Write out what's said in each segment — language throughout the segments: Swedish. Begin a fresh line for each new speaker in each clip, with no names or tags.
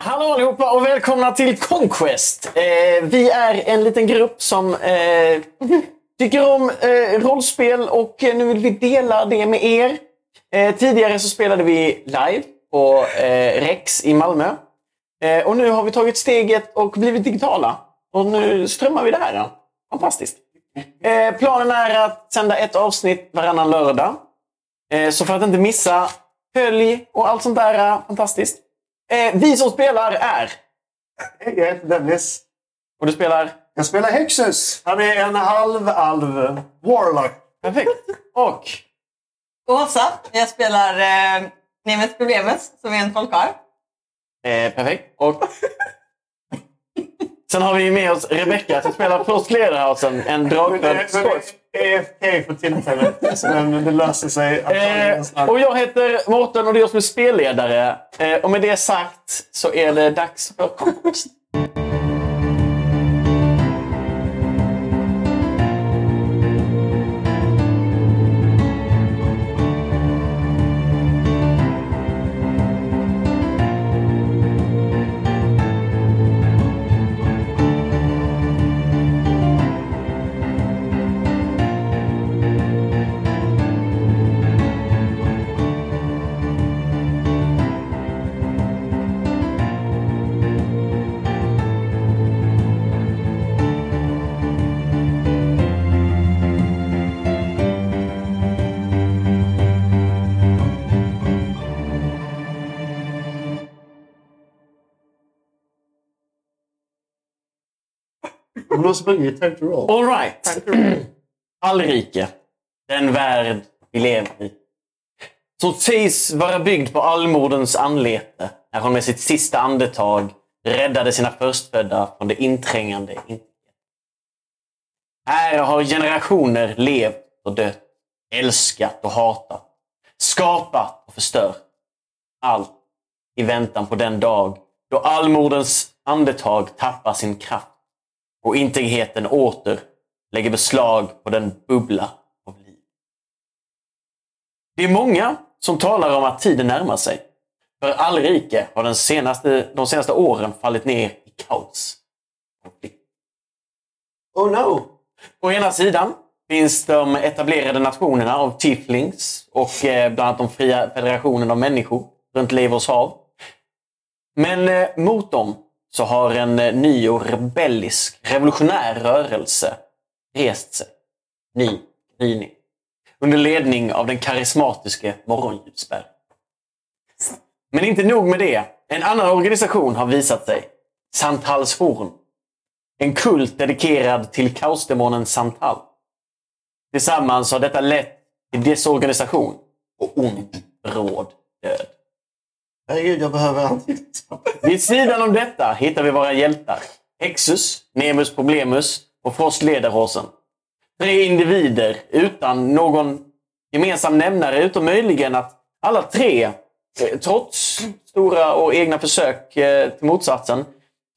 Hallå allihopa och välkomna till Conquest. Eh, vi är en liten grupp som eh, tycker om eh, rollspel och eh, nu vill vi dela det med er. Eh, tidigare så spelade vi live på eh, Rex i Malmö. Eh, och nu har vi tagit steget och blivit digitala. Och nu strömmar vi det här. Ja. Fantastiskt. Eh, planen är att sända ett avsnitt varannan lördag. Eh, så för att inte missa, följ och allt sånt där. eh, Fantastiskt. Eh, vi som spelar är...
Hej, jag heter Dennis.
Och du spelar?
Jag spelar Hexus. Han är en halv alv. Warlock.
Perfekt. Och?
Åsa, jag spelar eh, Nemes Problemes som är en trollkarl.
Eh, perfekt. Och? Sen har vi med oss Rebecca som spelar Frostledarhausen, en dragfödd skådis.
AFK för tillfället. Men det löser sig antagligen
Eh,
snart.
och jag heter Mårten och det är jag som är spelledare. Eh, och med det sagt så är det dags för konst.
Om du har sprungit, time to roll.
All right. Allrike. Den värld vi lever i. Som sägs vara byggd på allmodens anlete. När hon med sitt sista andetag räddade sina förstfödda från det inträngande intet. Här har generationer levt och dött. Älskat och hatat. Skapat och förstört. Allt i väntan på den dag då allmodens andetag tappar sin kraft och integriteten åter lägger beslag på den bubbla av liv. Det är många som talar om att tiden närmar sig. För Allrike har den senaste, de senaste åren fallit ner i kaos.
Oh no!
Å ena sidan finns de etablerade nationerna av tieflings och eh, bland annat de fria federationen av människor runt Leivors hav. Men eh, mot dem så har en eh, ny och rebellisk revolutionär rörelse rest sig. Ny gryning. Under ledning av den karismatiske Morgonljusberg. Men inte nog med det. En annan organisation har visat sig. Santalshorn. En kult dedikerad till kaosdemonen Santal. Tillsammans har detta lett till desorganisation och ond bråd död.
Herregud, jag behöver anteckningspapper.
Vid sidan om detta hittar vi våra hjältar. Hexus, Nemus Problemus och Frost Lederhosen. Tre individer utan någon gemensam nämnare utom möjligen att alla tre, eh, trots stora och egna försök eh, till motsatsen,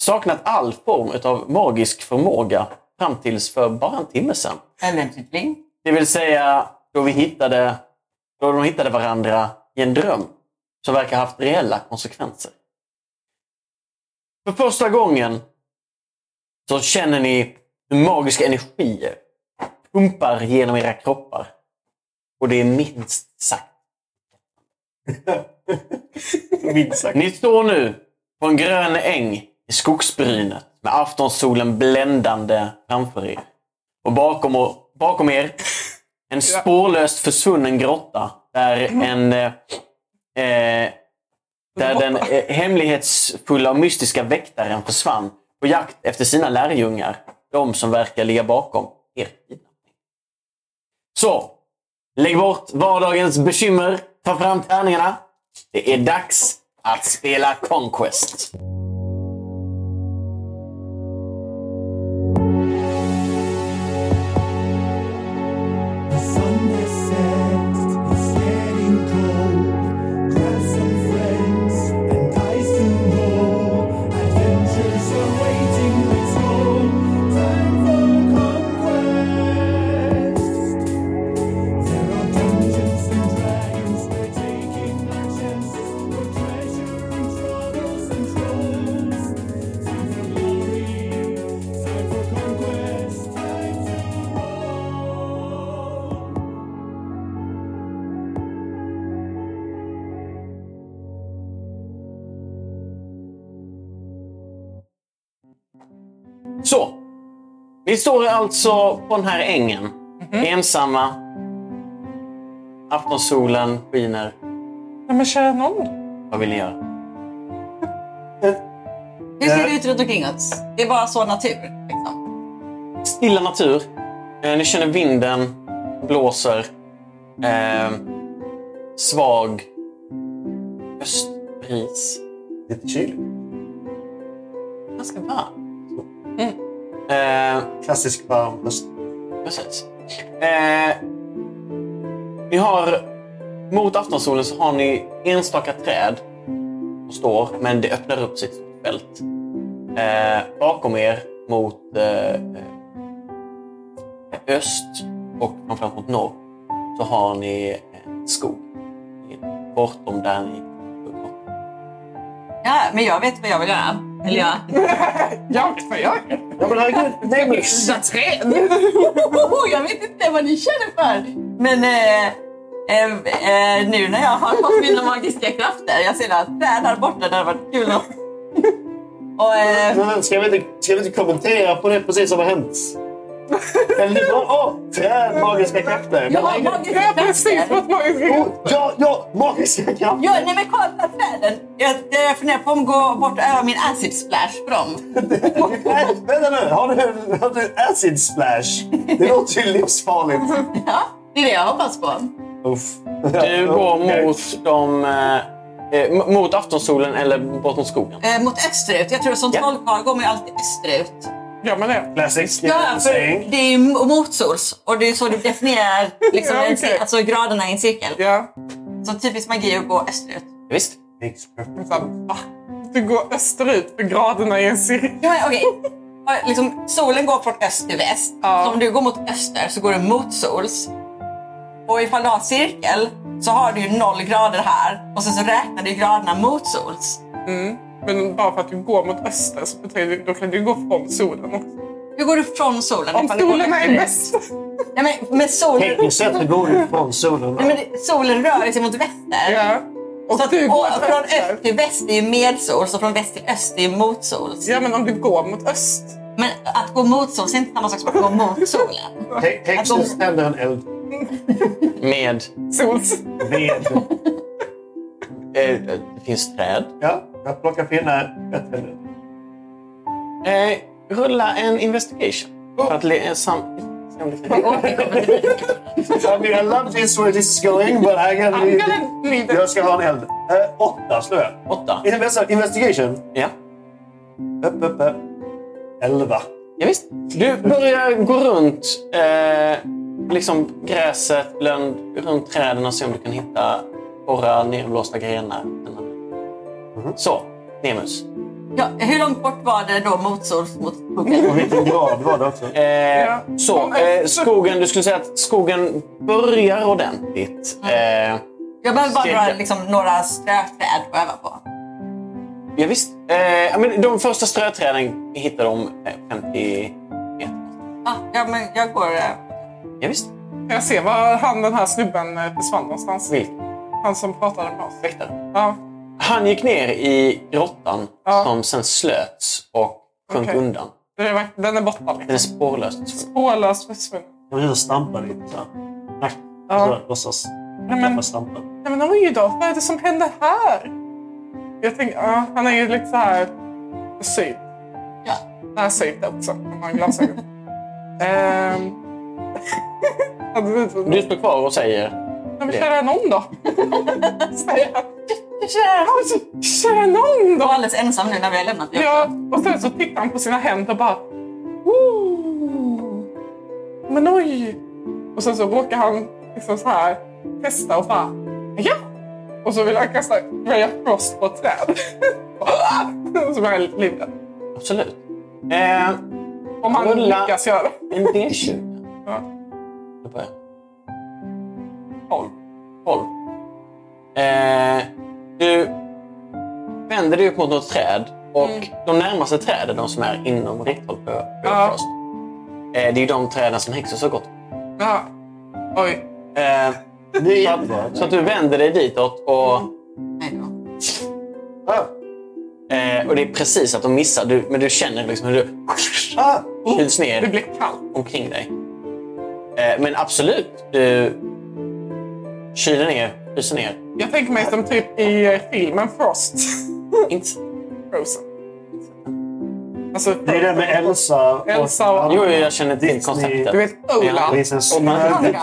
saknat all form av magisk förmåga fram tills för bara en timme sedan.
Allegedly.
Det vill säga då, vi hittade, då de hittade varandra i en dröm som verkar ha haft reella konsekvenser. För första gången så känner ni hur magiska energier pumpar genom era kroppar. Och det är minst sagt
Minst sagt.
Ni står nu på en grön äng i skogsbrynet med aftonsolen bländande framför er. Och bakom, och, bakom er en spårlöst försvunnen grotta där en... eh, Eh, där den eh, hemlighetsfulla och mystiska väktaren försvann på jakt efter sina lärjungar. De som verkar ligga bakom er kidnappning. Så, lägg bort vardagens bekymmer. Ta fram tärningarna. Det är dags att spela Conquest.
Taking our chances for treasure and troubles and troubles.
Så. Ni står alltså på den här ängen. Ensamma. Aftonsolen skiner.
Nej men kära någon.
Vad vill ni göra?
Hur ser det
Eh.
ut runt omkring oss? Det är bara så natur. Liksom.
Stilla natur. Eh, Ni känner vinden blåser. Eh, svag östbris.
Lite kyl.
Ganska varm. Eh,
Klassisk varm höst.
Precis. Eh, ni har, mot aftonsolen så har ni enstaka träd som står, men det öppnar upp sig ett stort fält. Eh, bakom er mot eh, eh, öst och framförallt mot norr så har ni en skog bortom där ni
Ja, men jag vet vad jag vill göra. Eller jag...
Jag för jag.
Ja men herregud, nej men
Så trevligt.
jag vet inte vad ni känner för. Men eh, eh, eh, nu när jag har fått mina magiska krafter. Jag ser att träd här borta, det hade varit kul att... Och, eh,
Men men, ska vi, inte, ska vi inte kommentera på det precis som har hänt? Eller det var, åh! Träd, magiska krafter. Men
Ja,
herregud.
magiska
Ja precis
krafter.
vad man vill.
Oh, ja, ja, magiska krafter!
Ja, nej men kolla träden. Jag eh, funderar på att gå bort och öva min acid splash på dem.
Nej, vänta nu, har du, har du acid splash? Det låter ju livsfarligt.
Ja, det är det jag hoppas på.
Uff.
Du går mot, de, eh, eh, m- mot aftonsolen eller bortom skogen.
Eh, mot österut. Jag tror som
Ja.
trollkarl går man ju alltid österut.
Ja men det.
Classic
Ja, för
saying.
det är ju mo- motsols och det är så du definierar liksom,
Ja,
en
okej.
cir- alltså, graderna i en cirkel.
Ja.
Så typiskt magi är att gå österut.
Visst.
Makes perfect
Men så här, va? Ah, Du går österut för graderna i en cirkel.
Ja, men Okej. Ja, Liksom, solen går från öst till väst.
Ja.
Så om du går mot öster så går du mot sols. Och ifall du har cirkel så har du ju noll grader här och sen så räknar du graderna mot sols.
Men bara för att du går mot öster så betyder det, då kan du gå från solen också.
Hur går du från solen?
Om
ifall du går
solen är
österut?
bäst.
Nej, men, men solen,
Tekniskt sett går du från solen.
nej, men det- solen rör sig mot väster.
Ja. Och
Så att,
du går
och
åt
från
öster.
öst till väst är ju medsols och från väst till öst är ju motsols.
Ja men om du går mot öst.
Men att gå mot sols är inte samma sak som att gå mot solen.
Hä- Häxan tänder en eld
Med,
Sols.
med...
eh, det finns träd.
Ja, jag plockar pinnar. Jag tänder eld.
Eh, rulla en investigation.
Oh.
För att le- eh, sam-
I mean, I love this where this is going, but I can...
I'm gonna leave it.
Jag ska ha en eld. Eh, åtta slår jag.
åtta.
Invest- Investigation.
Ja.
Upp, upp, upp. Elva.
ja, visst. Du börjar gå runt eh, liksom gräset, bland, runt träden och se om du kan hitta torra, nerblåsta grenar.
Mhm.
Så, Nemus.
Ja, hur långt bort var det då motsols mot skogen?
Och vilken grad var det också?
Eh,
Ja.
Så, eh, skogen, du skulle säga att skogen börjar ordentligt. Eh,
Jag behöver bara dra
Cirkel.
liksom, några ströträd att öva på.
ja, visst. Eh, ja, men de första ströträden hittar de eh, 50 meter.
Ah, ja, men jag går... eh,
Ja, visst.
Kan jag se var han den här snubben eh, försvann någonstans?
Vilken
Han som pratade med oss.
väktare?
Ja.
Han gick ner i grottan
Ja.
som sen slöts och sjönk
Okej.
undan.
Den är, verk- den är borta.
Den
liksom.
är spårlöst.
Spårlöst försvunnen.
Jag vill stampa lite så här. Knack.
Ja.
Så här, Låtsas.
Nej men,
Tappa stampen.
nej men oj då, vad är det som händer här? Jag tänker, ja, han är ju lite så här syd.
Ja.
Närsynt också. Han har glasögon. Ehm. Hade du inte-
Du står kvar och säger...
Nej, men kära någon då? Säger han. Kära någon
Jag var
då?
alldeles ensam nu när vi har lämnat det
Ja,
också.
och sen så tittar han på sina händer och bara... "Ooh, Men oj! Och sen så råkar han liksom så här testa och bara... Ja! Och så vill han kasta Raya Frost på ett träd. Och så blir han livrädd.
Absolut. Eh,
Om han
Rulla.
lyckas göra det.
en D20.
Ja.
Då börjar
Tolv.
12. Eh, du vänder dig upp mot något träd och
Mm.
de närmaste träden, de som är inom räckhåll på på
Ja.
Frost, eh, det är ju de träden som Hexus har gått.
Ja. Oj.
Eh,
Nu
så, att, så att du vänder dig ditåt och...
Nej då.
Ah,
Eh, och det är precis att de missar. Du, men du känner liksom hur du
Ah,
kyls
oh. Det
ner
blir kallt.
omkring dig. Eh, Men absolut, du kyler ner, fryser ner.
Jag tänker mig som typ i eh, filmen Frost.
Inte...
Frozen. Alltså,
det är det med Elsa och...
Elsa och-
Jo, jag känner till konceptet.
Du vet Ola.
Prinsessan
Olga.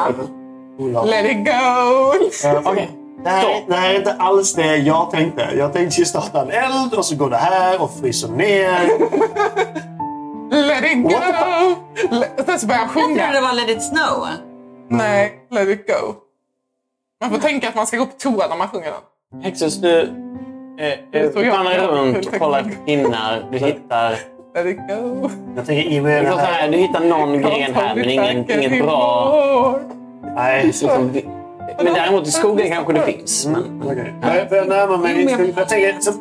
Ola.
Let it go!
Eh,
Okej.
Det här, det här är inte alls det jag tänkte. Jag tänkte ju starta en eld och så går det här och fryser ner.
Let it go! Le- Sen så börjar han
Jag trodde det
sjunga.
var Let it snow.
Nej, let it go. Man får tänka att man ska gå på toa när man sjunger den.
Hexus, du eh, eh,
tror jag.
vandrar runt,
Tack.
kollar pinnar. Du hittar,
Let it go.
Jag tänker i och med
du,
det här...
här, du hittar någon gren här, men ingen, inget bra...
Nej.
Liksom, vi- men däremot i skogen kanske det finns. Men,
Okej. Jag, jag närmar mig inte. Jag, tänker, så,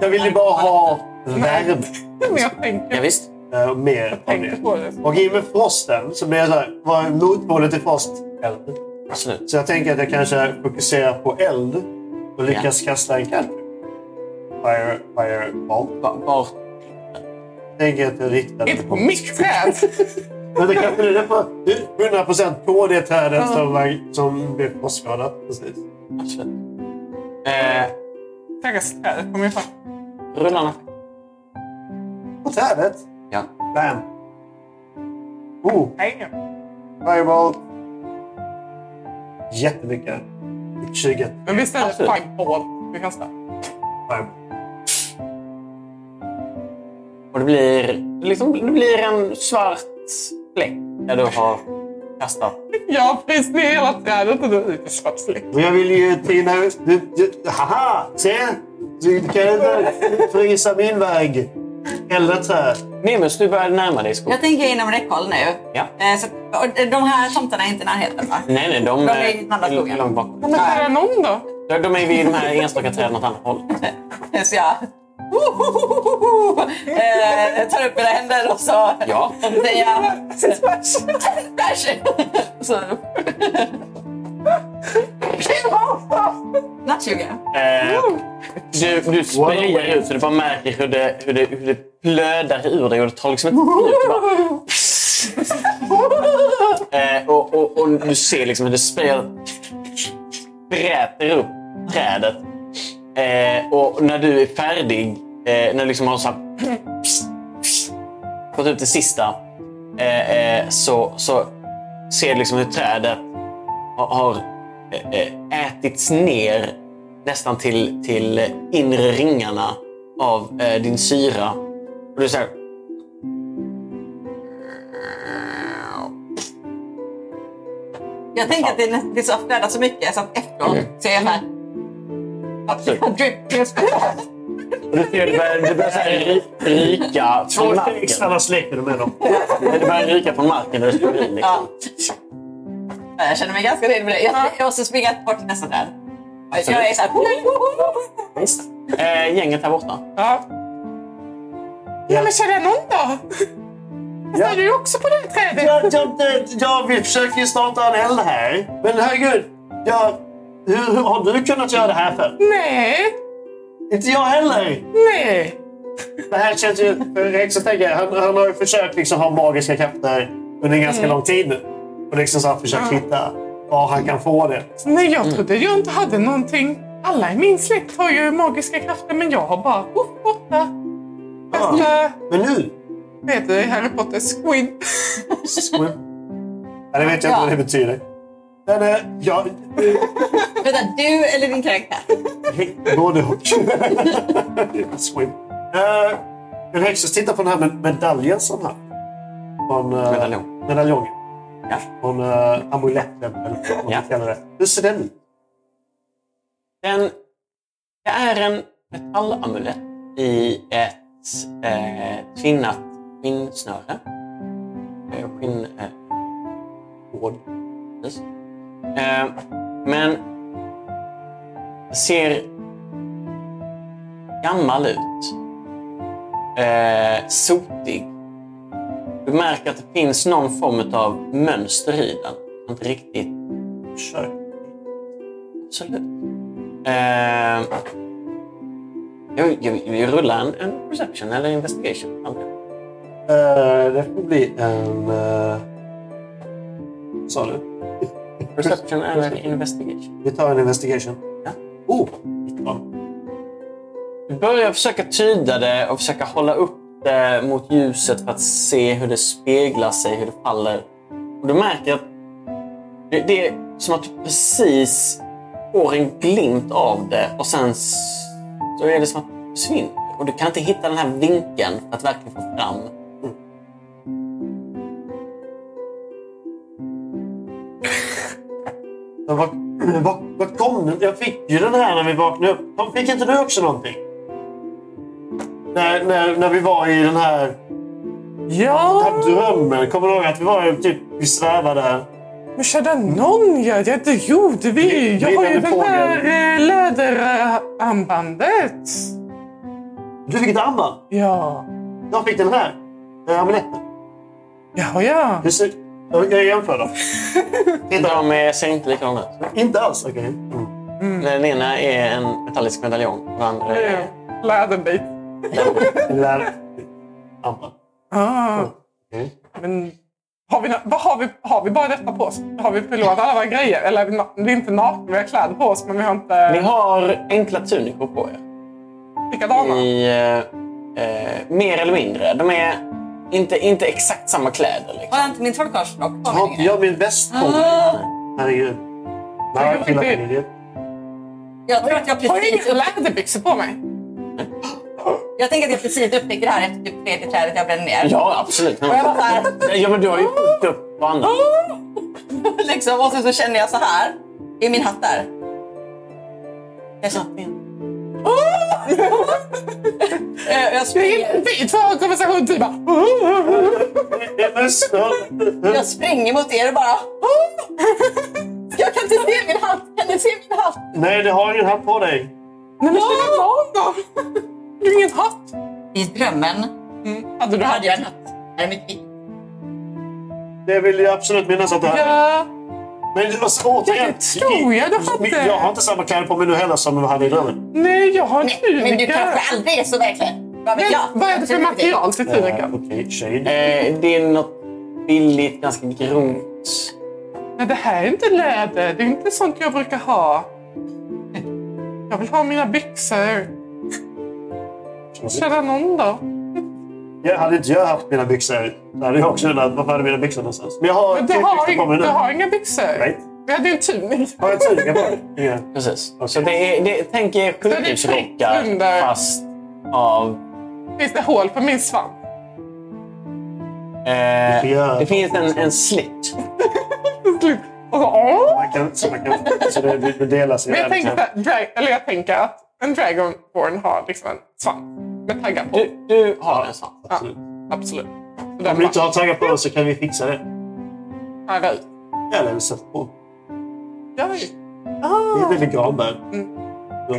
jag vill ju bara ha värme.
Men jag
ja,
tänker,
visst.
eh, mer av det.
tänker på det.
Och i och med frosten så blir jag så här, vad är motpolet till frost? Eld.
Absolut.
Så jag tänker att jag kanske fokuserar på eld och lyckas kasta en cantrip. Fire, fireball.
Va- Vart?
Jag tänker att jag riktar
Inte på mitt träd!
Men det kanske är därför du är 100% på det trädet som, var- som blev frostskadat. Precis.
Absolut. Eh,
Stackars träd kommer ju fram.
rulla en attack.
På trädet?
Ja.
Bam! Oh,
Nej.
fireball. Jättemycket. 20.
Men vi ställer
Absolut.
fireball. Vi kastar.
Fireball.
Och det blir, liksom, det blir en svart fläck där du har kastat.
Jag har fryst ner hela trädet och du är lite svartslig.
Men jag vill ju Tina... Du, du, haha! Se! Du kan inte frysa min väg. Eller träd.
Nemus, du börjar närma dig skogen.
Jag tänker inom räckhåll nu.
Ja.
Eh, Så, och de här tomtarna är inte i närheten va?
Nej, nej, de,
De är i den andra
eh,
skogen.
långt bakom.
Men här är någon då?
De, de är vid de här enstaka träden åt andra hållet.
Så jag eh, jag tar upp mina händer och så
Ja.
säger jag... Splash! Så... Nattsuga.
Eh, du, du springer ut så du bara märker hur det, hur det, hur det plödar ur dig och det tar liksom ett slut. Du bara- Eh, och, och, och du ser liksom hur det sprider, bräter upp trädet. Eh, och när du är färdig, eh, när du liksom har så här, fått ut det sista, eh, eh, så, så ser du liksom hur trädet har, har eh, eh, ätits ner nästan till, till eh, inre ringarna av eh, din syra. Och du säger...
Jag tänker att det är nä- det är så flödar så mycket så att efteråt
Mm.
så är jag här...
Absolut.
Drip, drip.
Och du ser det börjar, det börjar så här ry- ryka
Två
från
steg,
marken.
annars leker du med dem.
Det börjar ryka från marken där du står i. Liksom.
Ja. Ja, Jag känner mig ganska nöjd med det. Jag, jag måste springa bort till nästa träd. Jag är så här...
Visst. Eh, gänget här borta.
Ja. Nej, men känner jag någon då?
Ja.
Är du också på det här trädet?
Jag, jag, jag, jag vi försöker ju starta en eld här. Men herregud. Jag, hur, hur har du kunnat göra det här för?
Nej,
Inte jag heller.
nej.
Det här känns ju... Rex, jag tänker, han, han har ju försökt liksom ha magiska krafter under en
Mm.
ganska lång tid nu. Och liksom så har försökt hitta var han kan få det.
Nej, jag trodde jag inte hade någonting. Alla i min släkt har ju magiska krafter, men jag har bara oh, poff borta. Ah.
Ja.
Ja.
Men nu...
Vet du, Harry Potter Squid.
Squib. Ja, det vet jag inte vad det betyder. Men eh, jag...
Vänta, du eller din karaktär?
Både och. Squib. Eh, Men Hexus, titta på den här med- medaljen som han Från, eh,
Medaljon.
Medaljongen.
Ja.
Från uh, amuletten, eller vad man
Ja.
kallar det. Hur ser den ut?
Den, det är en metallamulett i ett eh, tvinnat skinnsnöre. Eh, skinn... Eh, hård. Precis. Eh, men ser gammal ut. Eh, sotig. Du märker att det finns någon form av mönster i den. Inte riktigt
Kör.
Absolut. Eh, jag, jag, jag rullar en, en perception eller investigation. Aldrig.
Eh, det får bli en... eh, Vad sa du?
Perception and investigation.
Vi tar en investigation.
Ja.
Oh! 19.
Du börjar försöka tyda det och försöka hålla upp det mot ljuset för att se hur det speglar sig, hur det faller. Och du märker att det, det är som att du precis får en glimt av det och sen s- så är det som att det försvinner. Och du kan inte hitta den här vinkeln för att verkligen få fram.
Men vad, vad, vad kom den? Jag fick ju den här när vi vaknade upp. Kom- Fick inte du också någonting? När, när, när vi var i den här, den
Ja,
här drömmen. Kommer du ihåg att vi var ju typ, vi svävade där?
men kära någon ja, ja, det gjorde vi. Jag har ju
Brinnande
det
fågel.
här eh, läderarmbandet.
Du fick ett armband.
Ja,
Jag fick den här. Den här amuletten.
ja, ja.
Hur ser... Jag, jag jämför dem. Titta.
De eh, ser inte likadana ut.
Inte alls? Okej. Mm.
Den ena är en metallisk medaljong. Den andra är...
Läderbit.
Lär... Armband.
Ah,
Okej.
men har vi, nå- vad har, vi, har vi bara detta på oss? Har vi förlorat alla våra grejer? Eller är vi, na- vi är inte nakna, vi har kläder på oss men vi har
Ni
inte
har enkla tunikor på er.
likadana.
Mm.
i eh, eh, mer eller mindre. De är inte, inte exakt samma kläder. Liksom.
Har jag inte min trollkarlsrock på
Har
mig
inte
längre?
jag min väst på mig?
Ah.
Herregud.
Jag
Nej,
vet
killar
inte.
kan idiot.
Jag tror att jag
Har jag
precis,
inga
upp,
läderbyxor på mig?
jag tänker att jag precis upptäcker det här efter typ tredje trädet jag brände ner.
Ja, absolut.
Och jag bara så här,
Ja, men du har ju fullt upp på annat.
liksom, och sen så känner jag så här i min hatt där. Jag känner min. Eh, jag, springer,
Vi två har en konversation typ bara...
Det är musten.
jag springer mot er och bara... Jag kan inte se min hatt! Kan ni se min hatt?
Nej, du har ingen hatt på dig.
Nej men ställ av dem! Du har ingen hatt.
I drömmen
Hade du
då
hatt?
hade jag en hatt. Här är mitt vitt.
Det vill jag absolut minnas att du hade.
Ja,
Men det var så- återigen.
det tror jag du hade.
Jag har inte samma kläder på mig nu heller som du hade i drömmen.
nej jag har en
Nej, men du
tunika.
kanske aldrig är så verkligen. Vad vet
Men
jag?
Vad är det för
Absolut inte.
material till
Eh,
tunikan?
Okej, shade.
Eh, det är något billigt, ganska grovt.
Nej det här är inte läder. Det är inte sånt jag brukar ha. Jag vill ha mina byxor. Kära någon då?
Jag hade inte jag haft mina byxor så hade jag också undrat varför hade mina byxor någonstans. Men jag har
Men Du har,
byxor på mig
inga,
nu.
du har inga byxor.
Nej.
Vi hade ju en tunika.
Har jag tunika på mig? Ingen.
Precis.
Okej.
Så det är, det, tänk er
det är prick
sjukhusrockar
under.
fast av...
Finns det hål på min svamp?
Eh,
Ja.
det finns en, en slit.
Och så, åh!
Man kan, så man kan, så det, det delas i
Men jag
världen.
tänker, så här, drag, eller jag tänker att en dragonborn har liksom en svamp med taggar på.
Du, du har en sån.
Ja,
Absolut.
absolut. Så
Om
den
Eh. du inte
bara
har taggat på oss så kan vi fixa det.
här ut.
Eller sätta på.
Ja,
Det är
ah.
väldigt granbär. Ja.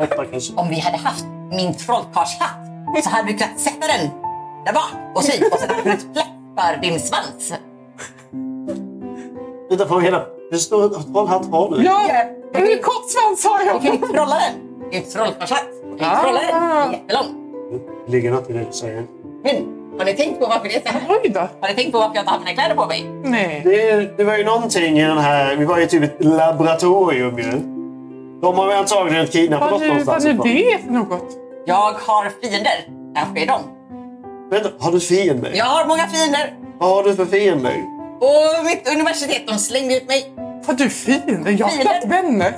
Åtta kanske.
Om vi hade haft min trollkarlshatt så hade vi kunnat sätta den där bak och sy och sen hade vi kunnat klappa din svans.
Titta på hela... Hur stor trollhatt har du?
ja. Men hur kort svans har
Då kan
jag?
vi trolla den. Det är en trollkarlshatt. Då kan vi trolla den. Den är Jättelång.
Det ligger något i det du säger.
Men har ni tänkt på varför det är så här?
Oj då.
Har ni tänkt på varför jag inte har mina kläder på mig?
Nej.
Det, det var ju någonting i den här... Vi var ju typ ett laboratorium ju. De har ju antagligen kidnappat
Vad
oss
nu, vad
någonstans.
nu
ifrån.
det är för något?
Jag har fiender. Kanske är de.
Vänta, har du fiender?
Jag har många fiender.
Vad har du för fiender?
Och mitt universitet, de slängde ut mig.
Vad du fin. Jag har
Fiender.
knappt vänner.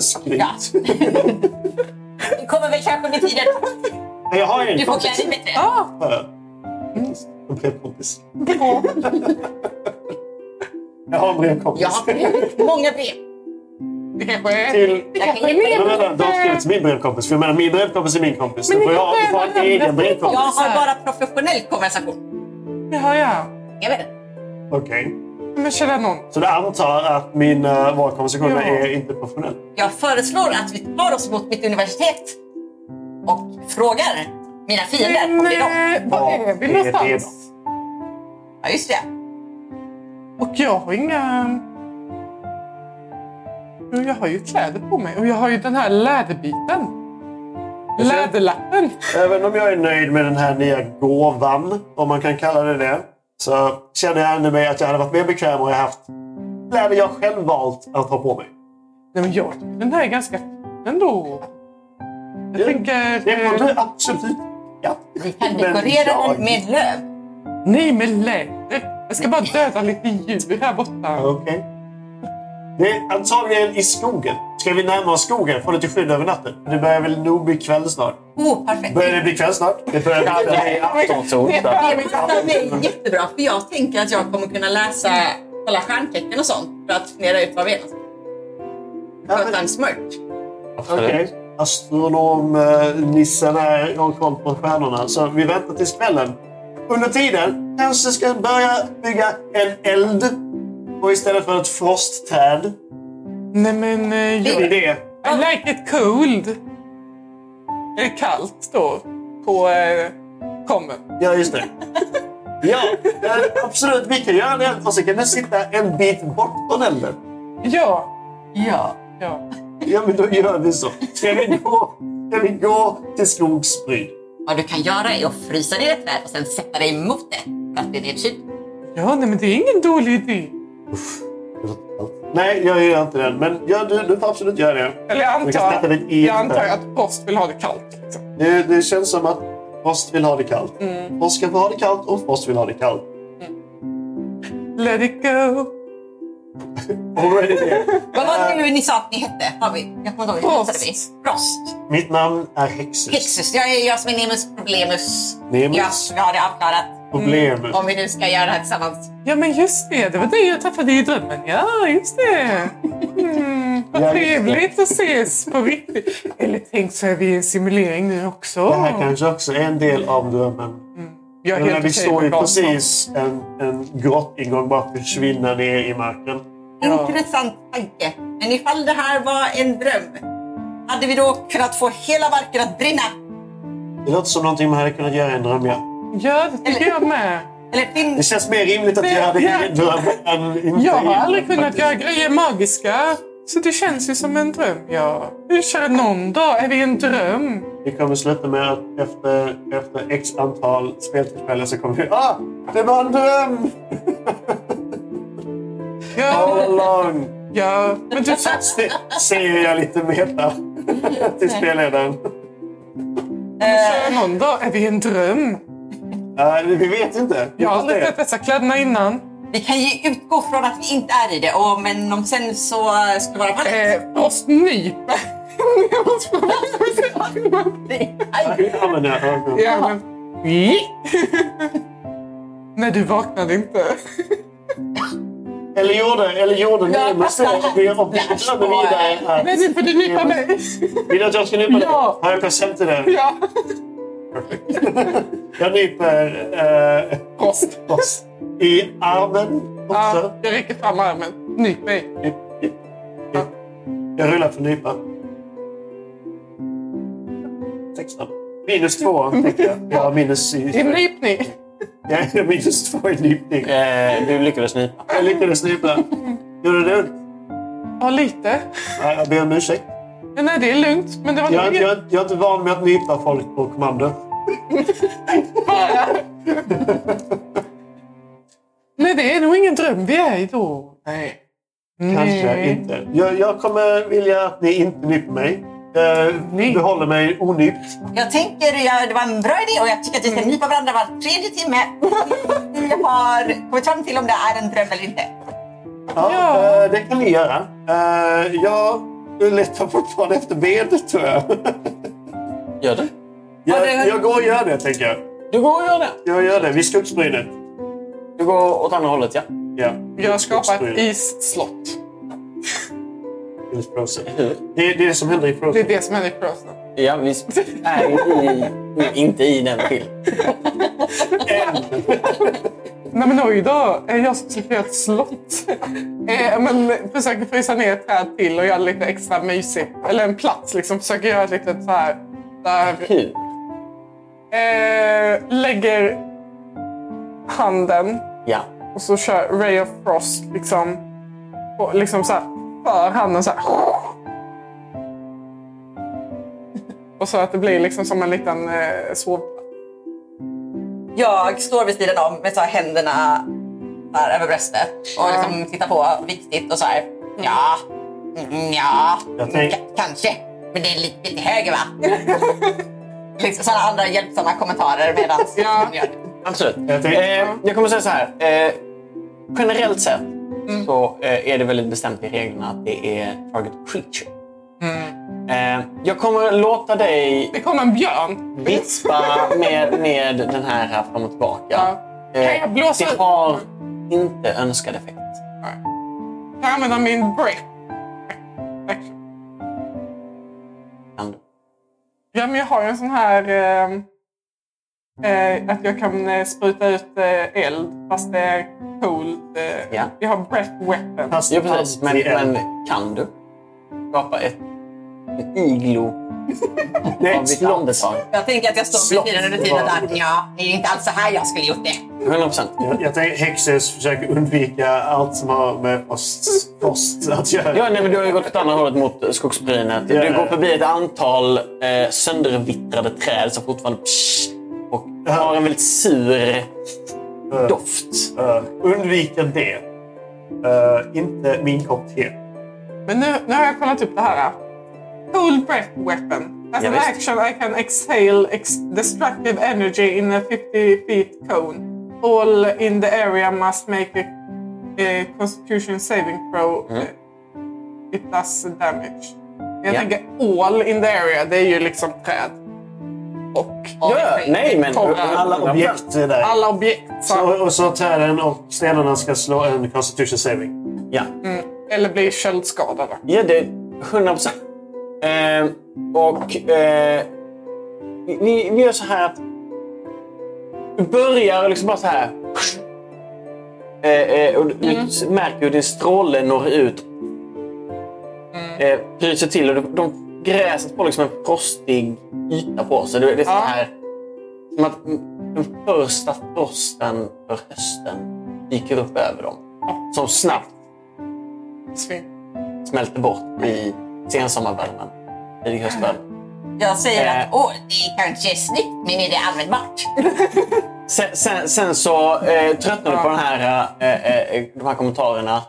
Skryt.
Ja. Det kommer väl kanske med tiden.
Men Jag har ju
Du
en
får
kompis.
klä dig bättre.
Ah,
här. En brevkompis.
bra.
Jag har en brevkompis.
Jag har brev. många brev.
Det kanske är...
Till...
Det kanske är
Men vänta, de har skrivit
medvetet.
till min brevkompis. För jag menar, min brevkompis är min kompis.
Men
Då får
ni
jag
kan
ha en
själva
egen
lämna
brevkompis.
Jag har bara professionell konversation.
Ja, ja.
Jag vet.
Okej.
Men kära någon.
Så det antar att mina valkonversationer
Ja.
är inte professionell.
Jag föreslår att vi tar oss mot mitt universitet och frågar mina fiender
Men
om det är dem.
eh, var
Ja,
är vi
det är
någonstans?
Ja, just det.
Och jag har inga... Jo, Jag har ju kläder på mig och jag har ju den här läderbiten. Läderlappen.
Även om jag är nöjd med den här nya gåvan, om man kan kalla det det, så känner jag ändå mig att jag hade varit mer bekväm om jag haft kläder jag själv valt att ha på mig.
Nej, men jag tycker den här är ganska fin ändå. Jag
Ja,
tänker...
Det får
eh,
du absolut ja.
Vi kan
Men
dekorera
jag-
den med löv.
Nej, men läder. Jag ska bara döda lite djur här borta.
Okej. Det är antagligen i skogen. Ska vi närma oss skogen? Få lite skydd över natten. Det börjar väl nog bli kväll snart.
Oh, perfekt.
Börjar det bli kväll snart? Det börjar bli
Det
kväll.
är aftonsol. så att-
Det passar mig jättebra för jag tänker att jag kommer kunna läsa kolla stjärntecken och sånt för att fundera ut vad vi är.
Ja, men-
Sköta en smörk.
Okej.
Absolut.
Astronom-nissen här har koll på stjärnorna. Så vi väntar tills kvällen. Under tiden kanske ska jag börja bygga en eld. Och istället för ett frostträd.
Nej, men... eh,
Det är
Jag,
det.
I like it cold. Är det kallt då? På eh, kommen.
Ja, just det. Ja, eh, absolut. Vi kan göra en eld och så kan den sitta en bit bort från elden.
Ja.
Ja.
ja.
Ja, men då gör vi så. Ska vi gå, ska vi gå till skogsbryd?
Vad du kan göra är att frysa ner ett träd och sen sätta dig emot det för att bli nedkyld.
Ja, nej, men det är ingen dålig idé.
Nej, jag gör inte det. Men ja, du, du får absolut göra det.
Eller jag
Vi kan sätta
antar,
den i
jag
elden.
antar att post vill ha det kallt. Liksom.
Det, det känns som att Frost vill ha det kallt.
Mm.
Frost kan få ha det kallt och Frost vill ha det kallt.
Let it go.
Already there.
Vad var det nu ni sa att ni hette? Har vi? Jag kommer inte ihåg. hur
Frost.
vi hette. Frost.
Mitt namn är Hexus.
Hexus. Jag är Jasmin Nemus Problemus.
Nemus.
Ja, Mm. vi har det avklarat.
Problem.
Om vi nu ska göra det här tillsammans.
Ja, men just det. Det var dig jag träffade i drömmen. Ja, just det. Mm, vad
Ja, just det.
trevligt att ses på riktigt. Eller tänk så är vi i en simulering nu också.
Det här kanske också är en del av drömmen.
Jag är
Men
helt
vi
okej
står
med
ju
gasen.
precis en, en grottingång bara försvinna ner i marken.
Ja.
Intressant tanke. Men ifall det här var en dröm, hade vi då kunnat få hela marken att brinna?
Det låter som någonting man hade kunnat göra i en dröm, ja.
Ja, det tycker jag med.
Eller
Det
fin...
känns mer rimligt att
Men-
göra det
ja.
i en dröm än inte
Jag har
i-
aldrig kunnat göra grejer magiska. Så det känns ju som en dröm, ja. Hur kör någon dag? Är vi i en dröm?
Vi kommer sluta med att efter, efter x antal speltillfällen så kommer vi... Ah! Det var en dröm! All
Ja,
along!
ja. Men du sa...
Det säger jag lite meta till spelledaren.
Kör någon dag? Är vi i en dröm?
Eh, vi vet inte. Vi
Jag har
får
aldrig
se.
sett dessa kläderna innan.
Vi kan ju utgå från att vi inte är i det, och, men om sen så eh, skulle vara fallet.
Eh, oss nypa. Jag måste bara-
Aj.
Ja, men, ja, ja, ja.
Ja, men- Nej, du vaknade inte.
Eller gjorde, eller gjorde ni
Jag
det med så?
passar.
Vi om vi glömde vidare här.
Nej, nu får du nypa mig.
Vill du att jag ska nypa dig?
Ja.
Har jag present till dig?
Ja,
Jag nyper eh,
prost.
oss i armen också.
Ja, jag räcker fram armen. Nyp mig.
Jag rullar för nypa. 16. Minus två, tänker jag. Jag har minus,
Det är en
i,
nypning.
jag har minus två i nypning.
Eh, Du lyckades nypa.
Jag lyckades nypa. Gjorde det ont?
Ja, lite.
Nej, Jag ber om ursäkt.
Ja, nej, det är lugnt. Men det var
Jag,
nog
jag, jag är inte van med att nypa folk på kommando.
bara... Nej, det är nog ingen dröm vi är i då. Nej.
Kanske inte. Jag, jag kommer vilja att ni inte nyper mig. Eh,
Nej.
behåller mig onypt.
Jag tänker ja, det var en bra idé och jag tycker att vi ska nypa varandra var tredje timme. Vi har kommit fram till om det är en dröm eller inte.
Ja,
Ja.
eh, det kan ni göra. Eh, jag letar fortfarande efter benet tror jag.
Gör det.
Ja,
jag.
det-
Jag går och gör det tänker jag.
Du går och gör det.
Jag gör det vid skogsbrynet.
Du går åt andra hållet, ja.
Ja.
Jag skapar ett
Skogsbrynet.
isslott.
Just Frozen.
Hur?
Det är det som händer i
Det är
Frozen.
det som händer i Frozen.
Ja, vi är i, nu inte i den filmen.
Nej men oj då, Eh, jag som skulle göra ett slott. Eh, men försöker frysa ner ett träd till och göra lite extra mysigt. Eller en plats liksom. Försöker göra ett litet så här. Där,
Kul.
eh, lägger handen
Ja.
och så kör Ray of Frost liksom. Och liksom så här för handen så här. Och så att det blir liksom som en liten eh, sovplats.
Jag står vid sidan om med så här händerna så här över bröstet och liksom tittar på viktigt och så här. Ja, mm, ja,
Jag tänk-
Ka- kanske. Men det är lite, lite höger va? liksom sådana andra hjälpsamma kommentarer medan
Ja.
hon gör det.
Absolut.
Jag tänkte-
Eh, jag kommer säga så här. Eh, generellt sett så eh, är det väldigt bestämt i reglerna att det är target creature. Eh, jag kommer låta dig
Det kom en björn.
vippa med, med den här, här fram och tillbaka. Eh,
Ja. Kan jag blåsa
det
ut?
har inte önskad effekt.
Kan jag använda min break? Action.
Kan du?
Ja, men jag har ju en sån här... Eh, eh, att jag kan eh, spruta ut eh, eld fast det är cold. Eh,
Ja.
Jag har breath weapon.
Fast
Ja, precis. Men,
allt i en.
men kan du skapa ett, ett iglo
Det är
av
ett
ditt
slott.
andetag?
Jag tänker att jag står
Slott.
vid sidan under tiden där. Ja, det är inte alls så här jag skulle gjort det.
100 procent.
Jag, jag tänker häxor försöker undvika allt som har med post, post att göra.
Ja, nej, men du har ju gått åt andra hållet mot skogsbrynet.
Ja,
Du
ja.
går förbi ett antal eh, söndervittrade träd som fortfarande psh, och har en väldigt sur
Eh,
doft.
eh, undvika det. Eh, inte min kopp te.
Men nu, nu har jag kollat upp det här. Cold breath weapon. As
Ja,
an
visst.
action I can exhale ex destructive energy in a 50 feet cone. All in the area must make a, eh, constitution saving throw.
Mm.
eh, It does damage. Jag
Ja.
tänker all in the area, det är ju liksom träd. Och
Ja, ja, nej, men
Torra.
Alla objekt är där.
alla objekt. Så,
Så, och så träden och stenarna ska slå en constitution saving.
Ja,
Eller blir köldskadade.
ja det är 100 procent. Eh, och eh, vi, vi gör så här att du börjar liksom bara så här. Eh, eh, och du du märker hur din stråle når ut. Eh, Bryter till och de, de, gräset får liksom en frostig yta på sig. Det, det är så
Ja.
här, som att den första frosten för hösten dyker upp över dem. Som snabbt
Svin.
smälter bort i sensommarvärmen. Tidig höstvärmen.
Jag säger
Eh.
att åh, det är kanske snyggt men är det användbart?
Sen, sen, sen så eh, tröttnar du på den här, eh, eh, de här kommentarerna.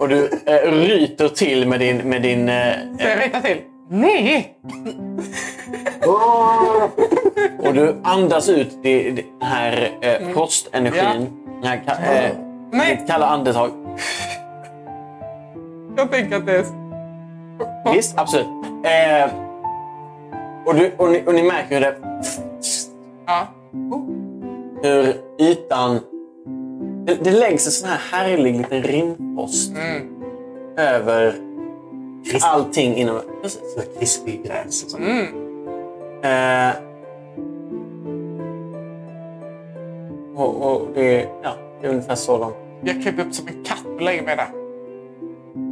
Och du eh, ryter till med din... Med din eh,
Ska jag rita till? Nej!
Och du andas ut det- det- den här eh, frostenergin. Den här ka- eh,
Nej,
ditt kalla andetag.
jag tänker att det är...
Visst, absolut. Eh, och, du, och, ni, och ni märker hur, det,
Ja.
hur ytan... Det, det läggs en sån här härlig liten rimpost
Mm.
över
Krisp-
allting inom... Precis.
så Krispig gräs. och sånt.
Mm.
Eh, och, och det, ja, det är ungefär så långt.
Jag kryper upp som en katt och lägger mig där.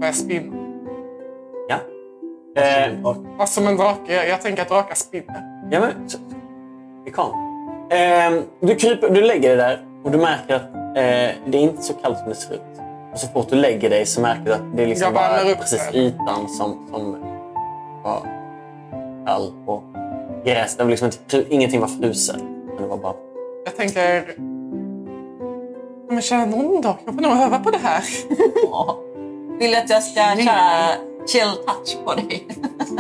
Börjar spinna.
Ja. Eh,
Och
Fast som en drake. Jag, jag tänker att drakar spinner.
Ja, men... så- Det kom. Ehm, du, kryper, du lägger dig där och du märker att eh, det är inte så kallt som det ser ut. Och så fort du lägger dig så märker du att det är liksom
Jag värmer
bara
upp
precis
själv.
ytan som, som var kall. Och gräs, det var liksom inte, ingenting var fruset. Men det var bara...
Jag tänker... Ja, Men kära någon dag. Jag får nog öva på det här.
Vill du att jag ska köra chill touch på dig?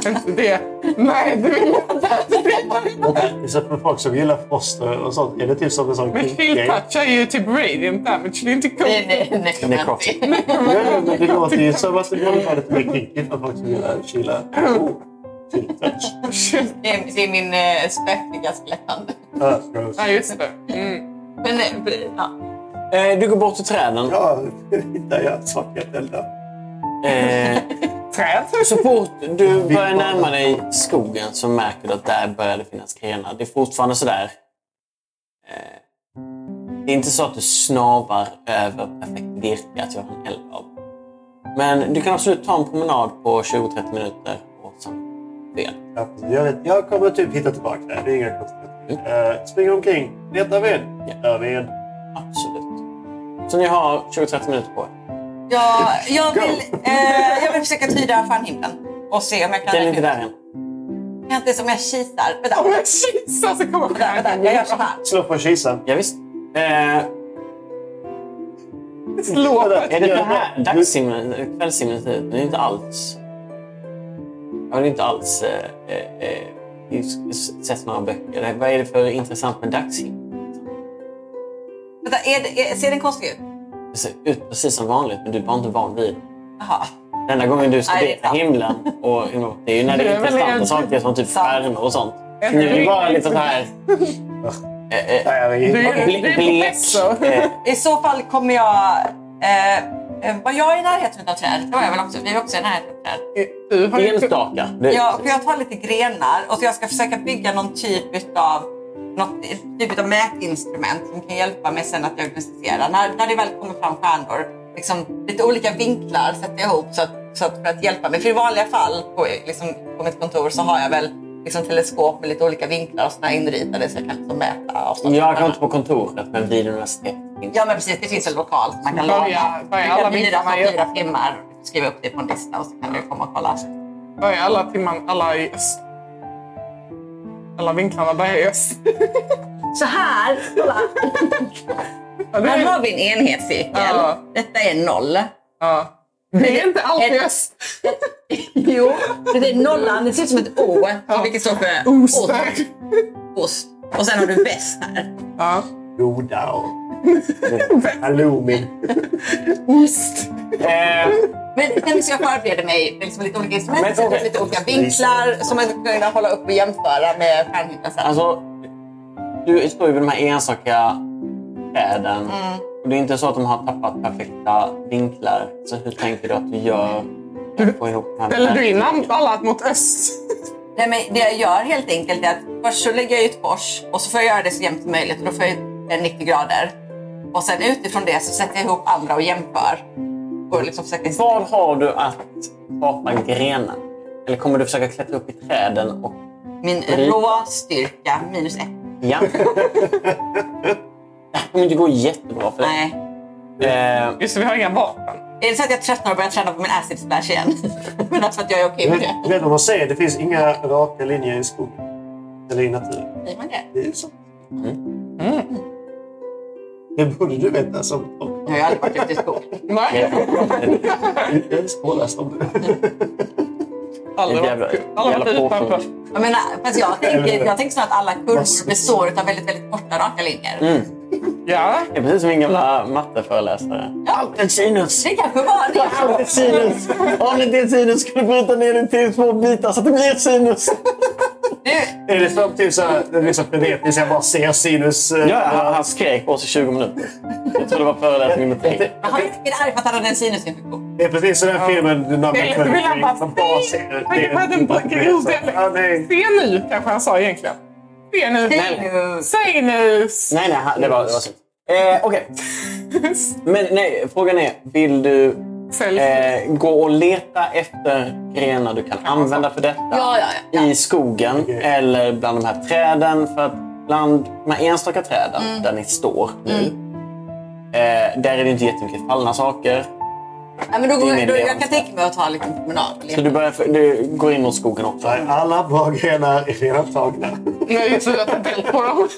Inte det. Nej, det vill jag inte. Det vill jag inte.
Det är så för folk som gillar frost och och sånt. Är det typ som en sån
Men chill touch är ju typ radiant damage. Det är inte coolt.
nej, nej, nej.
Necrotic.
Ja, men det låter ju som att det borde vara lite mer kinkigt för folk som gillar kyla. Oh, chill touch.
Chill-
Det är, det är min eh, spökliga skelettand.
Ah, gross.
Ja, just det. Mm.
Men eh, ja.
Eh, du går bort till träden.
Ja, hittar jag saker att elda.
Eh,
Träd.
Så fort du börjar närma dig skogen så märker du att där börjar det finnas grenar. Det är fortfarande sådär... eh, Det är inte så att du snavar över perfekt virke att göra en eld av. Men du kan absolut ta en promenad på 20-30 minuter och sen ved.
Ja, precis. Jag, vet, jag kommer typ hitta tillbaka det. Det är inga
Mm.
konstigheter. Uh, springer omkring, letar ved. Hittar ved.
Absolut. Så ni har 20-30 minuter på er.
jag, jag,
Go.
vill, eh, jag vill försöka tyda stjärnhimlen och se om jag kan
Den är
räkna
inte
ut.
där än.
Kan inte som jag kisar? Vänta,
Om
vänta,
jag kisar så kommer
vänta, vänta. Jag gör så här.
Slå på kisen.
Ja, visst. Eh,
Slå på
är
ett...
det det här dagssimmen, kvällssimmen ser ut? Men det är inte alls... Ja, det är inte alls... Eh, eh, eh, det är- sett några böcker. Det- Vad är det för intressant med dagssim?
Vänta, är det, är, ser den konstig ut?
Det ser ut precis som vanligt, men du är bara inte van vid det.
Jaha.
Den enda gången du
Nej, det är
studerar
sant.
himlen och himlen, det är ju när det
Det
är
är väl
intressanta
egentligen-
saker som typ
Sant.
stjärnor och sånt.
Jag
Nu är det
tror
bara
inte-
lite så här... eh, eh,
Nej, jag
Du
vet
är,
inte.
du är
ble-
professor.
blek. Eh,
I så fall kommer jag... Eh, eh, var jag i närheten av trädet? Det var jag väl också. Vi var också i närheten av trädet.
Du har ju-
Enstaka. Det-
Jag, för jag tar lite grenar och så jag ska försöka bygga någon typ av något typ av mätinstrument som kan hjälpa mig sen att diagnostisera. När, när det väl kommer fram stjärnor, liksom, lite olika vinklar sätter jag ihop så att, så att, för att hjälpa mig. För i vanliga fall på, liksom, på mitt kontor så har jag väl liksom, teleskop med lite olika vinklar och sådana inritade så jag kan liksom, mäta. Och sånt.
Jag kan inte på kontoret, men vid universitetet.
Ja men precis, det finns en lokal som man kan
Börja-
låna.
börja
Du
alla
kan hyra
vinkarna
för
göra-
fyra timmar, skriva upp det på en lista och så kan du komma och kolla.
Börjar alla timmar, alla i öst. Alla vinklarna börjar i öst.
Så här, kolla.
Ja, det,
Här
är,
har vi en enhetscirkel.
Ja.
Detta är noll.
ja. det är inte allt i
Ett-
öst.
Jo, det är nollan. Det ser ut som ett O.
Ja.
Vilket står för
Ost.
ost. Och sen har du väst här.
Ja.
Goda och halloumi.
Ost.
Eh,
Men nej, men så jag förbereder mig med liksom lite olika instrument,
Men,
sätter upp
okej.
lite olika vinklar som jag ska kunna hålla upp och jämföra med stjärnhimlen sen.
alltså, du står ju vid de här enstaka träden.
Mm.
Och det är inte så att de har tappat perfekta vinklar. Så hur tänker du att du gör för att få ihop den här
Eller du
bilden?
innan alla mot öst.
Nej, men det jag gör helt enkelt är att först så lägger jag ut kors och så får jag göra det så jämnt som möjligt och då får jag eh, 90 grader. Och sen utifrån det så sätter jag ihop andra och jämför. Och liksom försöker...
Vad har du att skapa grenen? Eller kommer du försöka klättra upp i träden? Och...
Min råstyrka minus ett.
Ja. det här kommer inte gå jättebra för dig.
Nej.
Eh,
Just det, vi har inga vapen.
Är det så att jag tröttnar och börjar träna på min acid splash igen? Men alltså att jag är okej med det.
Det är vad de säger. Det finns inga raka linjer i skogen. Eller i naturen.
Säger man det?
Det är sant.
Mm.
Det borde du veta som
Nu har jag aldrig varit ute i skogen.
Nej.
skådare som du.
Alla
Ett jävla-
var- alla
jävla
var utanför.
påfund.
Jag menar, fast jag tänker, jag tänker snarare att alla kurvor består av väldigt, väldigt korta raka linjer.
Mm.
Ja.
Det är precis som min gamla matteföreläsare. Alltid sinus!
Det kanske var det.
Alltid sinus! Om det inte är sinus ska du bryta ner det till små bitar så att det blir ett sinus.
Du,
Är det som typ såhär liksom frenetiskt, jag bara ser sinus... eh,
Ja, han, han skrek på oss i 20 minuter. Jag tror det var föreläsning nummer tre.
men han är säkert arg för att han hade en sinusinfektion.
Det är precis som den filmen du
Vill-
nämnde
vill han bara,
Man bara ser...
Nej, jag hade en grov dialekt.
Ja, nej.
Se nu, kanske han sa egentligen. Se nu.
Sinus.
Säg nu.
Nej, nej, han- det var, det var synd. Eh, Okej, men nej, frågan är, vill du
Sälj.
eh, gå och leta efter grenar du kan använda för detta?
Ja, ja, ja.
I skogen
Okej.
eller bland de här träden. För att bland de här enstaka träden där ni står nu, eh, där är det inte jättemycket fallna saker.
Ja, men
Det
då,
är
går-
ingen
då,
idé
jag
om
kan
det.
tänka mig att ta liksom promenad.
Så du, börjar, du går in mot skogen också.
Nej, Alla bra grenar är redan tagna.
Nu är ju tur att jag tält på dem.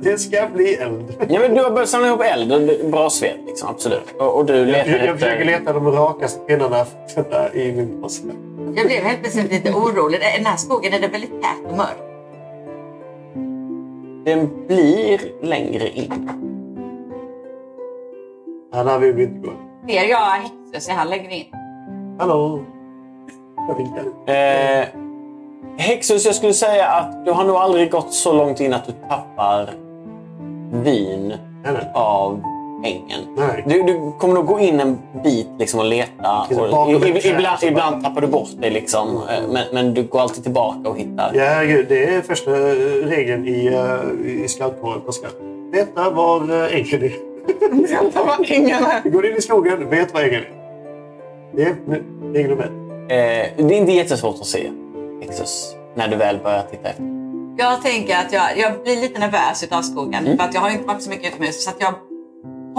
Det ska bli eld.
Ja, men du har börjat samla ihop eld. och det- Bra sved, liksom, absolut. Och, och du letar
Jag, jag
efter...
försöker leta de rakaste pinnarna där i min påse.
Jag blev helt plötsligt lite orolig. I den här skogen är det väldigt tätt och mörkt.
Den blir längre in.
Han har vi inte gå.
Ser jag häxor så är han längre in.
Hallå? Jag vinkar.
Eh, Hexus, jag skulle säga att du har nog aldrig gått så långt in att du tappar vin
Nej, nej.
av ängen.
Nej.
Du, du kommer nog gå in en bit liksom och leta.
Liksom
Och, i,
bakom ett
i,
träd.
ibland, ibland tappar du bort dig, liksom, eh, men, men du går alltid tillbaka och hittar.
Ja, herregud. Det är första regeln i, eh, i sladdkåren på skatt. Veta var eh, äggen är.
Det var ingen här.
Du går in i skogen, vet var äggen är. Det är nu- regel nummer ett.
Eh, det är inte jättesvårt att se Hexus när du väl börjar titta efter.
Jag tänker att jag, jag blir lite nervös utav skogen för att jag har inte varit så mycket utomhus så att jag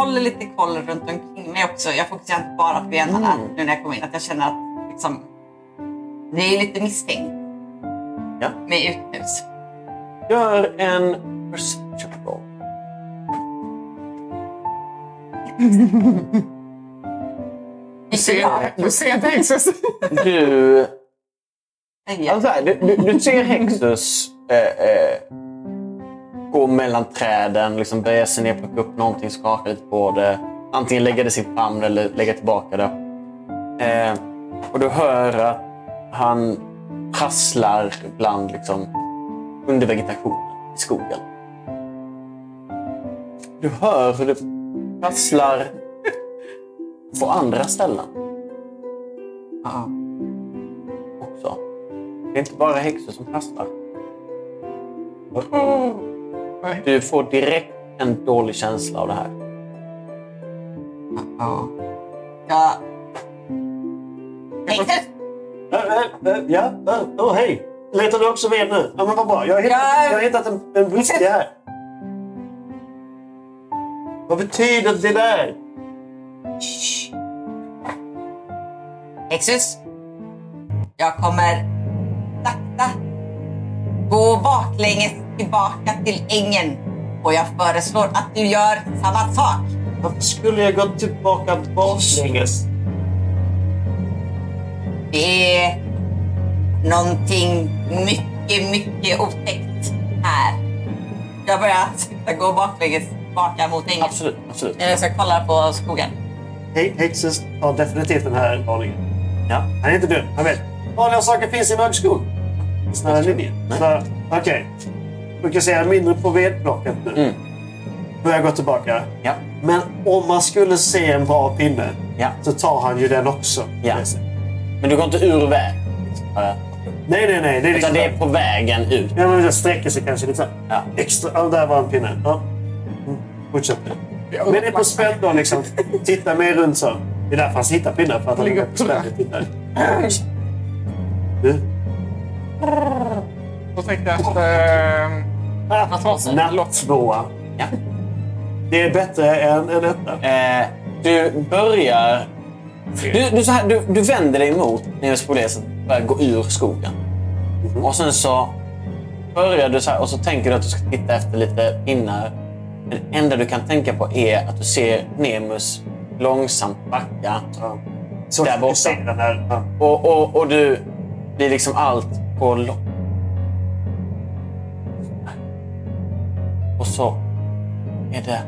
håller lite koll runt omkring mig också. Jag fokuserar inte bara på grenarna nu när jag kommer in. Att jag känner att liksom, det är lite misstänkt.
Ja.
med utomhus.
Gör en perception roll.
Du ser, du ser inte Hexus.
Du,
Ja.
alltså här, du, du, du ser Hexus eh, eh, gå mellan träden, liksom böja sig ner, plocka upp någonting, skaka lite på det. Antingen lägga det i sin famn eller lägga tillbaka det. Eh, och du hör att han prasslar bland liksom, under vegetationen i skogen. Du hör hur det prasslar på andra ställen. också. Det är inte bara häxor som prasslar.
Åh.
Du får direkt en dålig känsla av det här.
Ja. Ja. Hej, hej.
Äh, äh, äh, Ja, äh, åh hej! Letar du också ved nu? Ja, men vad bra. Jag har hittat,
Ja.
jag har hittat en, en buske här. Vad betyder det där?
Exus. Jag kommer sakta gå baklänges tillbaka till ängen och jag föreslår att du gör samma sak.
Varför skulle jag gå tillbaka baklänges?
Det är någonting mycket, mycket otäckt här. Jag börjar sakta gå baklänges tillbaka mot ängen.
Absolut, absolut.
Eh, Så jag kollar på skogen.
Hej, Hexus tar definitivt den här varningen.
Ja.
Han är inte dum, han vet. Vanliga saker finns i Mögskog. Snarare linjen.
Nej.
Så, Okej. Fokuserar mindre på vedplocket nu.
Mm.
Börjar gå tillbaka.
Ja.
Men om man skulle se en bra pinne
Ja.
så tar han ju den också.
Ja.
med sig.
Men du går inte ur väg. Ja.
Nej, nej, nej. Det är
Utan
liksom
det är på vägen ut.
Ja, men den sträcker sig kanske lite så här.
Ja.
Extra. Ja, där var en pinne. Ja. Mm. Fortsätt. Men det är på spänn då liksom. Titta mer runt så. Det är därför han hittar pinnar. För att han
Ligger
ligger på spänn och tittar. Du.
Då tänkte jag att... ehm, Matrosen.
Nattvåa.
Ja.
Det är bättre än en etta.
Eh, du börjar... Du, du, så här, du, du vänder dig mot Nils Polesen och börjar gå ur skogen. Och sen så börjar du så här och så tänker du att du ska titta efter lite pinnar. Men Det enda du kan tänka på är att du ser Nemus långsamt backa.
Ja. Så
Där
jag
borta.
ser Den här. Ja.
Och, och, och du blir liksom allt på lock. Och så är det...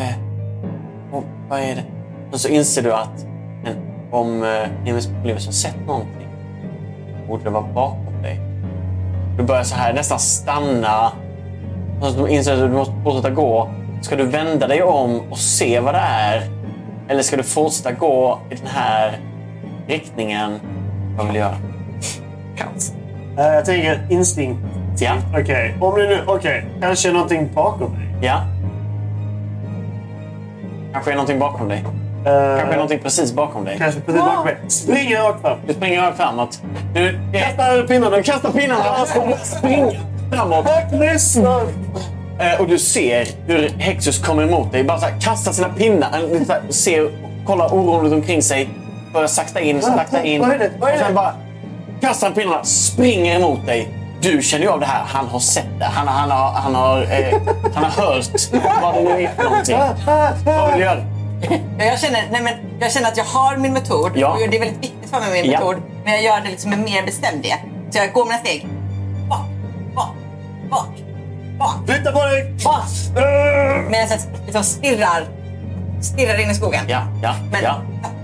Eh, och vad är det? Och så inser du att men, om eh, Nemes Polybius har sett någonting borde det vara bakom dig. Du börjar så här nästan stanna. Och så inser du att du måste fortsätta gå. Ska du vända dig om och se vad det är? Eller ska du fortsätta gå i den här riktningen? Vad vill du göra?
Cancer.
Eh, Jag tänker instinkt.
Ja,
Okej, om du nu... Okej, kanske är någonting bakom dig.
ja. Kanske är någonting bakom dig.
Eh,
Kanske är någonting precis bakom dig.
Kanske precis bakom dig. Spring rakt fram.
Du springer rakt framåt. Du,
Kastar pinnarna.
du kastar pinnarna och så springer framåt.
Tack, lyssna!
Eh, Och du ser hur Hexus kommer emot dig. Bara så här, kastar sina pinnar. eh, lite Så här, ser, kollar oroligt omkring sig. Börjar sakta in, sakta in.
Vad är det? Vad är
och sen
det?
bara kastar han pinnarna, springer emot dig. Du känner ju av det här. Han har sett det. Han, han, har, han, har, eh, han har hört vad det nu är för någonting. Vad vill du göra?
Ja, Jag känner, nej men, jag känner att jag har min metod
Ja.
och det är väldigt viktigt för mig med min
Ja.
metod. Men jag gör det liksom med mer bestämdhet. Så jag går mina steg. Bak, bak, bak, bak,
Flytta på dig!
bak. Medan jag liksom stirrar, stirrar in i skogen.
Ja, ja,
Men
ja.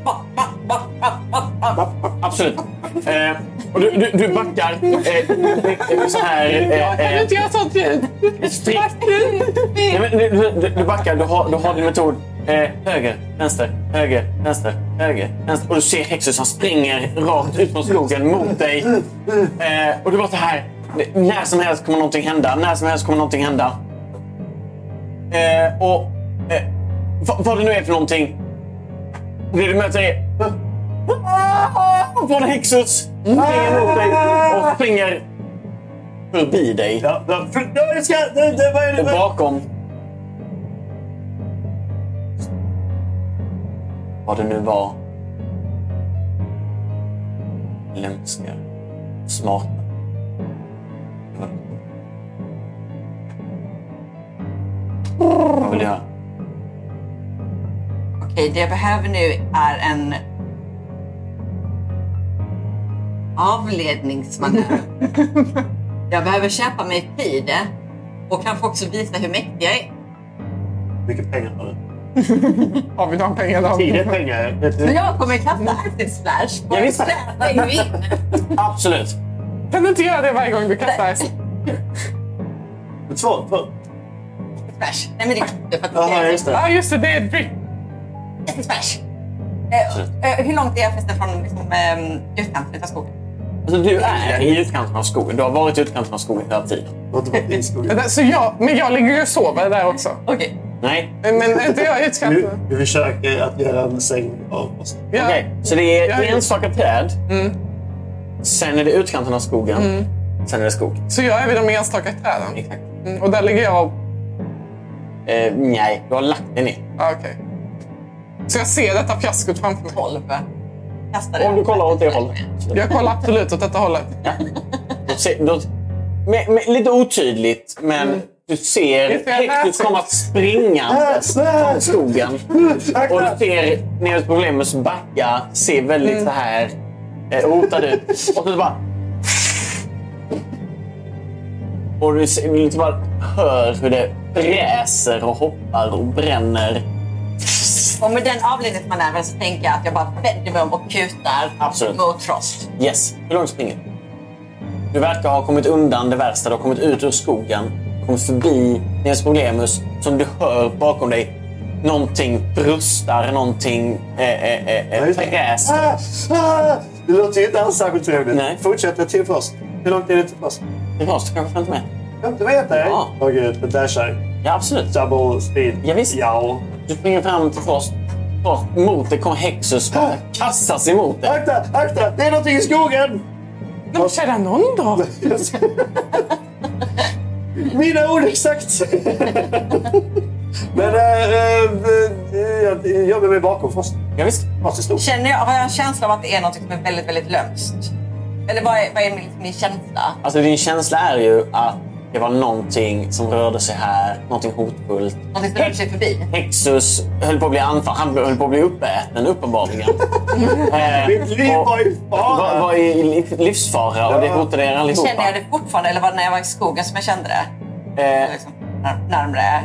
bak, bak, bak, bak, bak, bak.
Absolut. Eh, och du, du, du backar eh, så här.
Jag
eh,
kan
eh,
ju inte göra sånt ljud.
strikt. Nej, men du, du, du backar, du har, du har din metod. Eh, höger, vänster, höger, vänster, höger, vänster. Och du ser Hexus, han springer rakt ut från skogen mot dig. Eh, och du bara så här. det- När som helst kommer någonting hända. När som helst kommer någonting hända. Eh, och eh, vad, vad det nu är för någonting. Det du möter är... Från Hexus. Springer mot dig och springer förbi dig
Ja, ja, för- ja, jag ska... Det, det, vad är det?
och bakom... Vad det nu var. Lömskar. Smarta. Vad vill du göra?
Okej, det jag behöver nu är en avledningsmanöver. jag behöver köpa mig tid eh, och kanske också visa hur mäktig jag är.
Hur mycket pengar har du?
Har vi de pengarna?
Tid är pengar. Vet
Men
du?
jag kommer kasta acid splash på
Ja,
en
visst.
slät pingvin.
Absolut.
Kan du inte göra det varje gång du kastar?
Två, två.
Splash. Nej, men det är inte för att det
Jaha,
är
just
Ja,
det.
ah, just det. Det är ett brick.
acid splash. Eh, eh, hur långt är jag förresten från liksom, ehm, utkanten av skogen?
Alltså, du är i utkanten av skogen. Du har varit i utkanten av skogen hela tiden.
Du har inte varit i skogen.
Vänta, Så jag, men jag ligger ju och sover där också.
Okej.
Nej.
Men är inte jag utskattad?
Du, du försöker att göra en säng av oss.
Ja. Mm.
Okej, så det är
Jag är-
enstaka träd. Sen är det utkanten av skogen.
Mm.
Sen är det skog.
Så jag är vid de enstaka träden.
Exakt.
Mm, och där ligger jag och...
Eh, nej, du har lagt den ner.
Ah, Okej. Så jag ser detta fiaskot framför mig.
12. Kastade
Om du kollar åt det hållet.
Jag kollar absolut åt detta hållet.
Då ser, då, med, med, lite otydligt, men du ser
Just det, jag
Hektus
läser.
komma springande från skogen. Och du ser Neus Problemus backa, ser väldigt så här eh, hotad ut. Och så bara... Och du, ser, du liksom bara hör hur det fräser och hoppar och bränner.
Och med den avledningsmanövern så tänker jag att jag bara vänder mig om och kutar
Absolut.
mot Frost.
Yes, hur långt springer du? Du verkar ha kommit undan det värsta. Du har kommit ut ur skogen, kommit förbi Nils Problemus som du hör bakom dig. Någonting brustar, någonting eh, eh, eh, eh, fräser.
Ah, ah. Det låter ju inte alls särskilt trevligt.
Nej.
Fortsätt jag till oss. Hur långt är det till oss?
Det var så kanske inte med.
50 meter?
Ja.
Åh gud, det dashar.
Ja, absolut.
Double speed.
Ja, visst.
Ja.
Du springer fram till Frost. Frost mot dig kommer Hexus bara kastas emot dig.
Akta, akta! Det är någonting i skogen!
Nej, men kära någon då?
Mina ord exakt! Men äh, jag, jag gömmer mig bakom Frost.
Ja, visst.
Frost är stor.
Känner jag, har jag en känsla av att det är något som är väldigt, väldigt lömskt? Eller vad är, vad är min, min känsla?
Alltså, din känsla är ju att det var någonting som rörde sig här. Någonting hotfullt.
Någonting som rör sig förbi?
Hexus höll på att bli anfallen. Han höll på att bli uppäten uppenbarligen. Eh,
Mitt liv
och-
var i fara.
Var, var i liv- livsfara och det hotade er allihopa.
Känner jag det fortfarande eller var det när jag var i skogen som jag kände det?
Eh,
Liksom, när, närmre.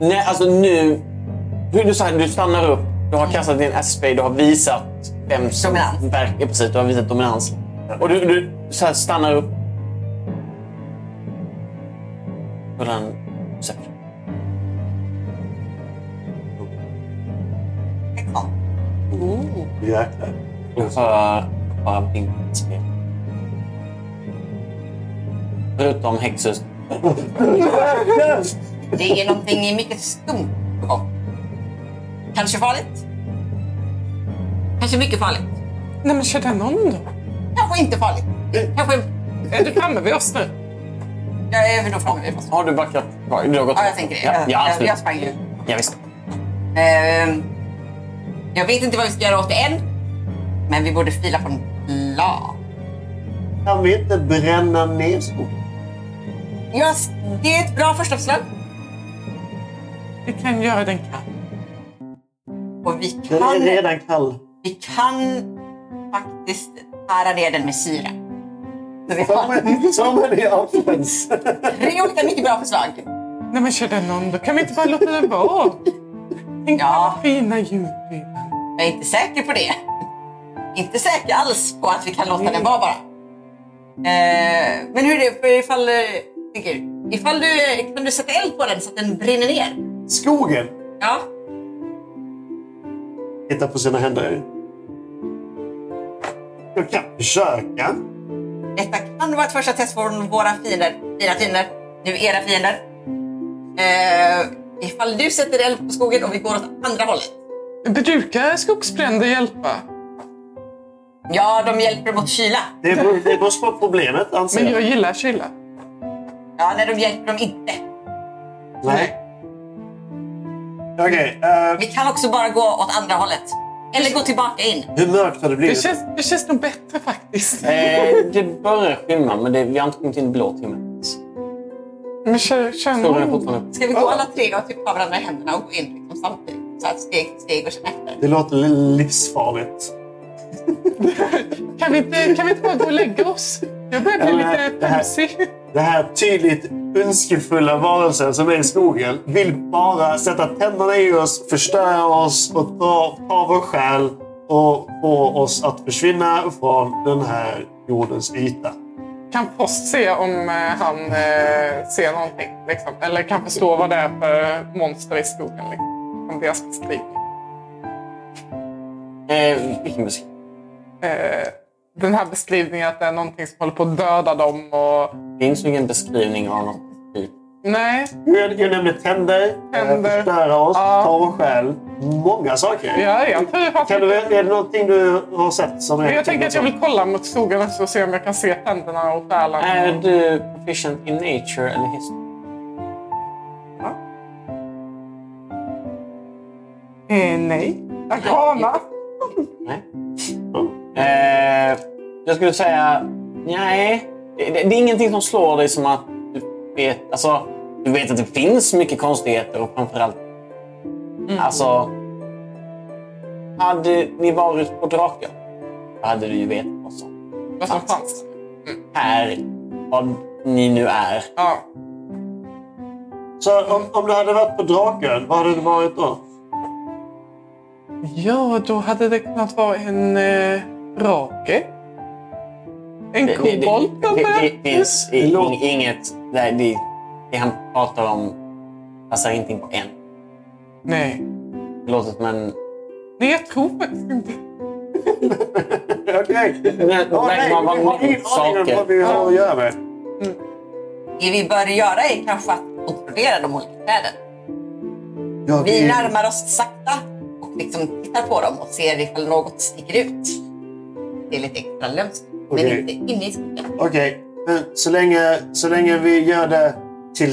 nej, alltså nu... Du, du, så här, du stannar upp, du har kastat din SP, du har visat vem som
Dominans.
verkar. Precis, du har visat dominans. Och du, du så här, stannar upp. Och den... Så här.
16.
Jäklar.
Du hör bara vinket spel. Förutom Hexus.
Det är någonting mycket skumt på gång. Kanske farligt? Kanske mycket farligt?
Nej, men kära någon då?
Kanske inte farligt?
Mm.
Kanske...
Är du framme vid oss nu?
Jag är väl då framme vid Frost.
Har du backat? Du har gått
Ja, jag tänker det.
Ja,
Jag,
ja
jag,
absolut.
jag sprang ju.
Ja, visst.
Ehm, jag vet inte vad vi ska göra åt det än. Men vi borde fila på en plan.
Kan vi inte bränna ner skogen?
Jag, s- det är ett bra första förslag.
Vi kan göra den kan.
Och vi
Den är
kan,
redan kall.
vi kan faktiskt tära ner den med syra. Så vi
Som
har
en- Som en apens.
tre olika mycket bra förslag.
Nej, men kära någon då? Kan vi inte bara låta det vara? Tänk
Ja.
på alla fina djur vi är.
Jag är inte säker på det. Inte säker alls på att vi kan låta den vara bara. Ehm, men hur är det för ifall... eh, tänker, Ifall du kan du sätta eld på den så att den brinner ner?
Skogen
Ja.
tittar på sina händer. Jag kan försöka.
Detta kan vara ett första test från våra fiender, dina fiender, nu era fiender. Eh, ifall du sätter eld på skogen och vi går åt andra hållet.
Brukar skogsbränder hjälpa?
Ja, de hjälper mot kyla.
Det beror, det beror på problemet, anser
Men jag
jag.
gillar kyla.
Ja, nej, de hjälper de inte.
Nej. Okej, eh,
Vi kan också bara gå åt andra hållet. Eller gå tillbaka in.
hur mörkt har det
Det
blivit?
känns, det känns nog bättre faktiskt.
Eh, det börjar skymma, men det, vi har inte kommit in i blå timmen.
Men kö- känner
Solen är
hon...
fortfarande uppe.
Ska vi gå alla tre och typ ta varandra i händerna och gå in liksom samtidigt? Så att steg till steg och sen efter.
Det låter li- livsfarligt.
Kan vi, inte, kan vi inte bara gå och lägga oss? Jag börjar bli
Eller,
lite
det här-
pösig.
Det här tydligt önskefulla varelsen som är i skogen vill bara sätta tänderna i oss, förstöra oss och ta, ta vår själ och få oss att försvinna från den här jordens yta.
Kan Post se om eh, han eh, ser någonting? Liksom. Eller kan förstå vad det är för monster i skogen? Liksom. Om deras beskrivning.
Eh, vilken musik?
Eh, den här beskrivningen att det är någonting som håller på att döda dem. Och...
Finns ju ingen beskrivning av något typ.
Nej,
Jag, jag nämnde tänder,
Tänder.
tänder. förstöra oss,
Ja.
ta vår själ. Många saker.
jag, jag tror faktiskt
Kan du, är det någonting du har sett som är...
Men jag tänker att jag vill kolla mot skogen också och se om jag kan se tänderna och
Är
själen.
du proficient in nature eller history?
Eh, nej. Arcana.
Nej. Eh, jag skulle säga... Nej. Det, det, det är ingenting som slår dig som att du vet... Alltså, du vet att det finns mycket konstigheter och framförallt... Alltså... Hade ni varit på Draka hade du ju vetat vad som
Vad som fanns.
är. Vad ni nu är.
Ja.
Så om, om du hade varit på draken, vad hade det varit då?
ja, då hade det kunnat vara en eh, rake. En
Det, det, det,
kobolt
det,
kanske?
det finns i- ing- inget... Nej, det, det han pratar om passar inte in på en.
Nej.
Det låter som en...
Nej, jag tror faktiskt inte.
Okej.
Nej,
Ja, nej,
man var
vi har ingen aning om vad vi har att göra med.
Det vi bör göra är kanske att kontrollera de olika träden.
Ja,
Vi närmar oss sakta och liksom tittar på dem och ser ifall något sticker ut. Det är lite extra lömskt, men
Okej.
inte inne i skogen.
Okej, men så länge, så länge vi gör det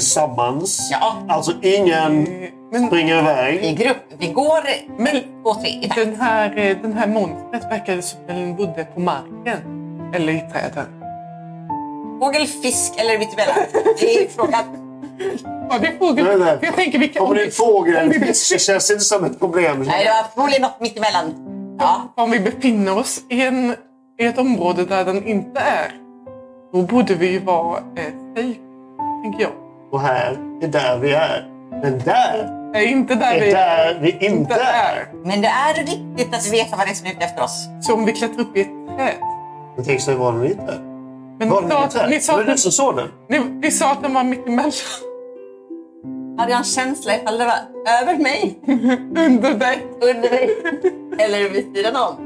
tillsammans.
Ja.
Alltså ingen
Eh, Men
springer
I
iväg.
grupp. Vi går
Men-
ett, två, tre i takt.
den här, eh, den här monstret verkade som den bodde på marken. Eller i träden.
Fågel, fisk eller vitubella? Det är frågan.
Ja, det är fågel.
Nej, nej.
Jag tänker vilka...
Om det är en
om
fågel
vi-
det känns inte som ett problem.
Nej, det var förmodligen något mittemellan. Ja,
Om vi befinner oss i, en, i ett område där den inte är, då borde vi ju vara eh, safe, tänker jag.
Och här är där vi är. Men där
Nej, inte där
är
vi
där vi inte är.
men det är viktigt att veta vad det är som är ute efter oss.
Så om vi klättrar upp i ett träd.
Men tänk så var den inte.
Men
Var
ni
den
sa,
inte
att, ni,
där?
sa
Var
att
det
den,
du som såg den?
ni, ni sa att den var mittemellan.
Hade jag en känsla ifall det var över mig,
Under dig.
under mig eller vid sidan om?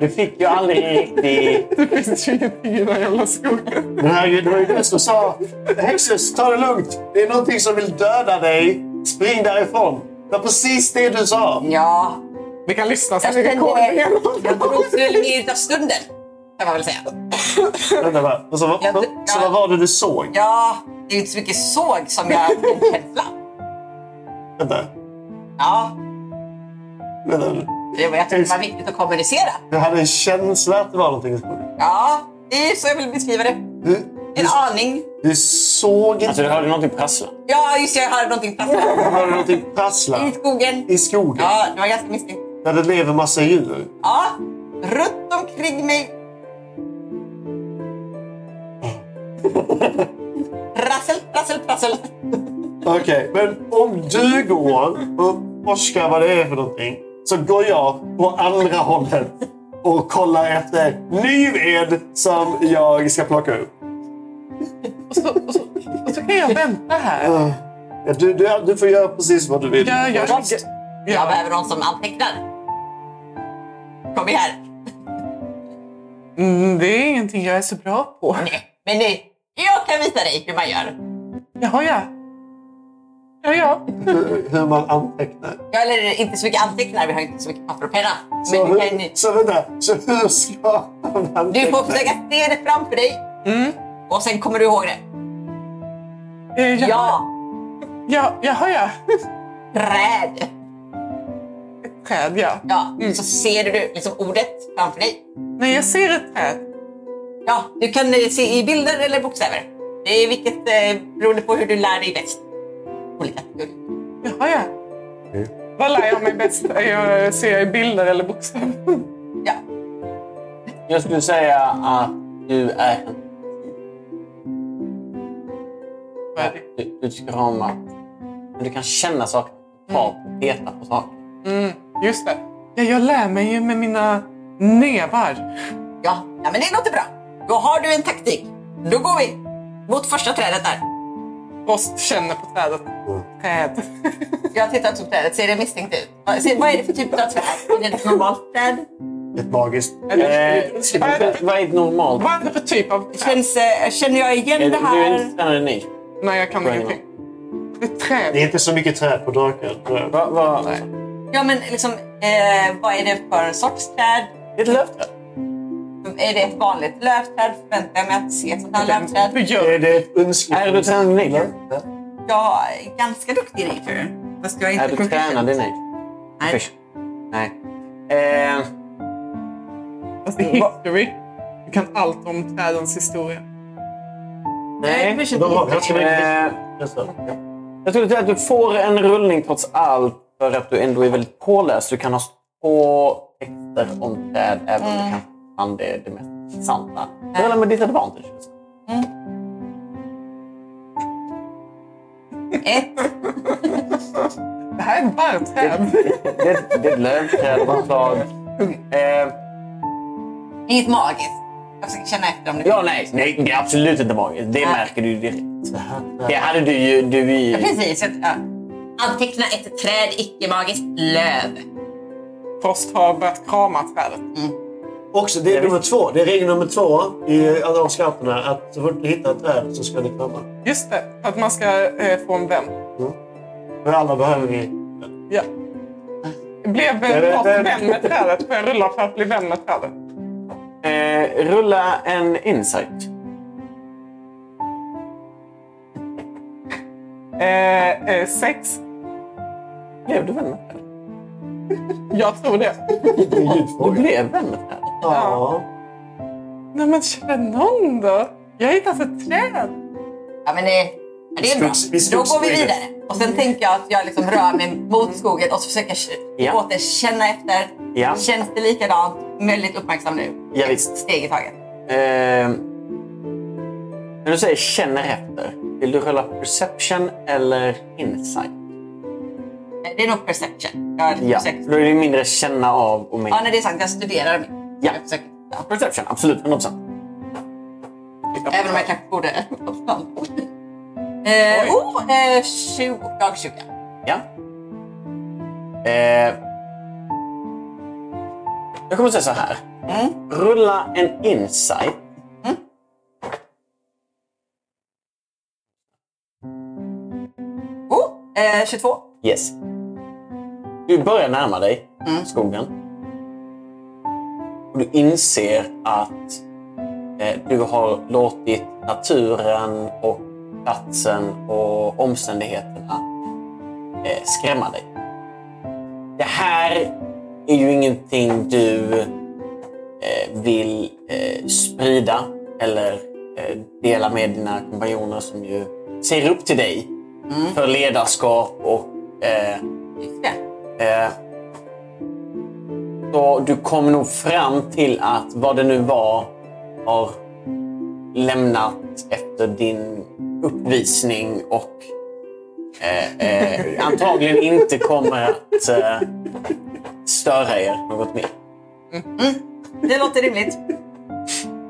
Du fick ju aldrig riktigt...
Det finns ju ingenting i den här jävla skogen.
Men herregud, det var ju du som sa Hexus, ta det lugnt. Det är någonting som vill döda dig. Spring därifrån. Det var precis det du sa.
Ja,
Vi kan lyssna så
jag
vi kan kolla igenom.
drogs väl ner av stunden, kan man väl säga.
Vänta, va? Och så, vad-
Ja, det-
så vad var det du såg?
Ja, det är ju inte så mycket såg som jag hade en känsla.
Vänta.
Ja,
Vänta.
det var, jag tyckte det var viktigt att kommunicera.
Du hade en känsla att det var någonting i skogen.
Ja, det är så jag vill beskriva det.
Du,
En
du,
aning.
du såg
Alltså,
inte...
du hörde någonting prassla.
Ja, just det, jag hörde någonting
Du
prassla.
hörde någonting prassla
I skogen.
i skogen
Ja, det var ganska misstänkt.
där det lever massa djur.
Ja, runt omkring mig.
Mm.
Prassel, prassel, prassel.
Okej, men om du går och forskar vad det är för någonting så går jag på andra hållet och kollar efter ny ved som jag ska plocka upp.
Och så, och, så, och så kan jag vänta här.
Ah. Ja, du, du, du får göra precis vad du vill.
Jag, jag, jag,
Jag
ja.
behöver någon som antecknar. Kom här.
Mm, det är ingenting jag är så bra på.
Nej, men nu, jag kan visa dig hur man gör.
Jaha, ja. Ja, ja.
Hur, hur man antecknar.
Ja, eller inte så mycket anteckningar, vi har inte så mycket papper och penna.
Så,
Men du, kan,
hur, så vänta, så hur ska man
du
anteckna?
får försöka se det framför dig
Mm.
och sen kommer du ihåg det.
Eh, jaha,
Ja,
Ja, jaha ja.
träd.
Ett träd ja.
Ja, så ser du liksom ordet framför dig.
Nej, jag ser ett träd.
Ja, du kan eh, se i bilder eller bokstäver. Det är vilket, eh, beroende på hur du lär dig bäst. Olika kategorier.
Jaha, ja.
Mm.
Vad lär jag mig bäst? Jag ser jag i bilder eller bokstäver?
Ja.
Jag skulle säga att du är en...
Vad är det?
Du, du tycker om att... Men du kan känna saker. Ta på, peta på saker.
Mm, just det. Ja, jag lär mig ju med mina nävar.
Ja, ja men det låter bra. Då har du en taktik. Då går vi mot första trädet där.
Rost känner på trädet.
Mm.
Träd.
Jag har tittat på trädet. Ser det misstänkt ut? Vad ser- vad är det för typ av träd? Är det ett normalt träd?
Ett magiskt.
Eh,
Vad är det-
vad är ett normalt?
vad är det för typ av träd?
Känns, eh, känner jag igen
Är
det
det- Du är
här?
inte tränare än ni?
Nej, jag kan
Vad är
ingenting. Det är träd.
Det är inte så mycket träd på draken. tror jag.
Va, va,
Nej.
Ja, men liksom, eh, vad är det för sorts träd?
Ett lövträd?
Är det ett vanligt lövträd? Förväntar jag mig att se ett sånt här
Hur
Eh,
lövträd?
gör
Är
du?
det ett önskefullt?
Är du tränad i nature?
Jag är ganska duktig i nature. Fast jag är inte
Är du
proficient.
tränad i nature?
Nej.
Nej. Eh,
Fast det är Alltså, history. Du kan allt om trädens historia.
nej.
Då har vi- jag ska väl-
Eh, jag skulle säga att du får en rullning trots allt för att du ändå är väldigt påläst. Du kan ha på texter om träd även om
Mm.
du kanske inte fann det, det mest intressanta. Rulla med ditt advantage.
Ett.
Det här är ett barrträd.
Det, det är ett lövträd av något slag. Eh,
Inget magiskt. Jag försöker känna efter om det
ja, nej, nej, det är absolut inte magiskt. Det
Nej.
märker du ju direkt.
Eh,
Det hade du ju... Du, är ju-
Ja, precis. Ett, ja. Anteckna ett träd, icke-magiskt löv.
Frost har börjat krama trädet.
Också, det är nummer två. Det är regel nummer två i alla de skarperna. Att så fort ni hittar ett träd så ska ni krama.
Just det, för att man ska eh, få en vän.
För alla behöver vi.
Ja. Blev
Jag vet
Rost
inte.
vän med trädet? Får jag rulla för att bli vän med trädet?
Eh, rulla en insight.
Eh, eh, sex.
Blev du vän med trädet?
Jag tror det.
Det är en
Du
ljudfråga.
blev vän med trädet.
Ja.
Nej men känner någon då? Jag har hittat ett träd.
Ja, men det, ja, det är bra.
Skogs- vi
Då går vi
skogsbrynet.
vidare. Och sen tänker jag att jag liksom rör mig mot skogen och så försöker jag
Ja.
åter känna efter.
Ja.
Känns det likadant? Väldigt uppmärksam nu.
Ja, visst.
Ett steg i taget.
Eh, när du säger känner efter, vill du rulla perception eller insight?
Det är nog perception. Jag är lite
Ja,
osäker.
då är det mindre känna av och mer.
ja, när det är sagt, jag studerar mig.
Ja.
Jag försöker, ja.
Perception, absolut. 100%.
Även om jag kanske borde... eh,
Oj.
oh, eh, 20, dag 20.
Ja. Eh, jag kommer säga så här.
Mm.
Rulla en insight.
Oh, eh, 22.
Yes. Du börjar närma dig
Mm.
skogen. Och du inser att eh, du har låtit naturen och platsen och omständigheterna eh, skrämma dig. Det här är ju ingenting du eh, vill eh, sprida eller eh, dela med dina kompanjoner som ju ser upp till dig för ledarskap och eh,
Just det.
Eh, så du kom nog fram till att vad det nu var har lämnat efter din uppvisning och eh, eh, antagligen inte kommer att eh, störa er något mer.
Det låter rimligt.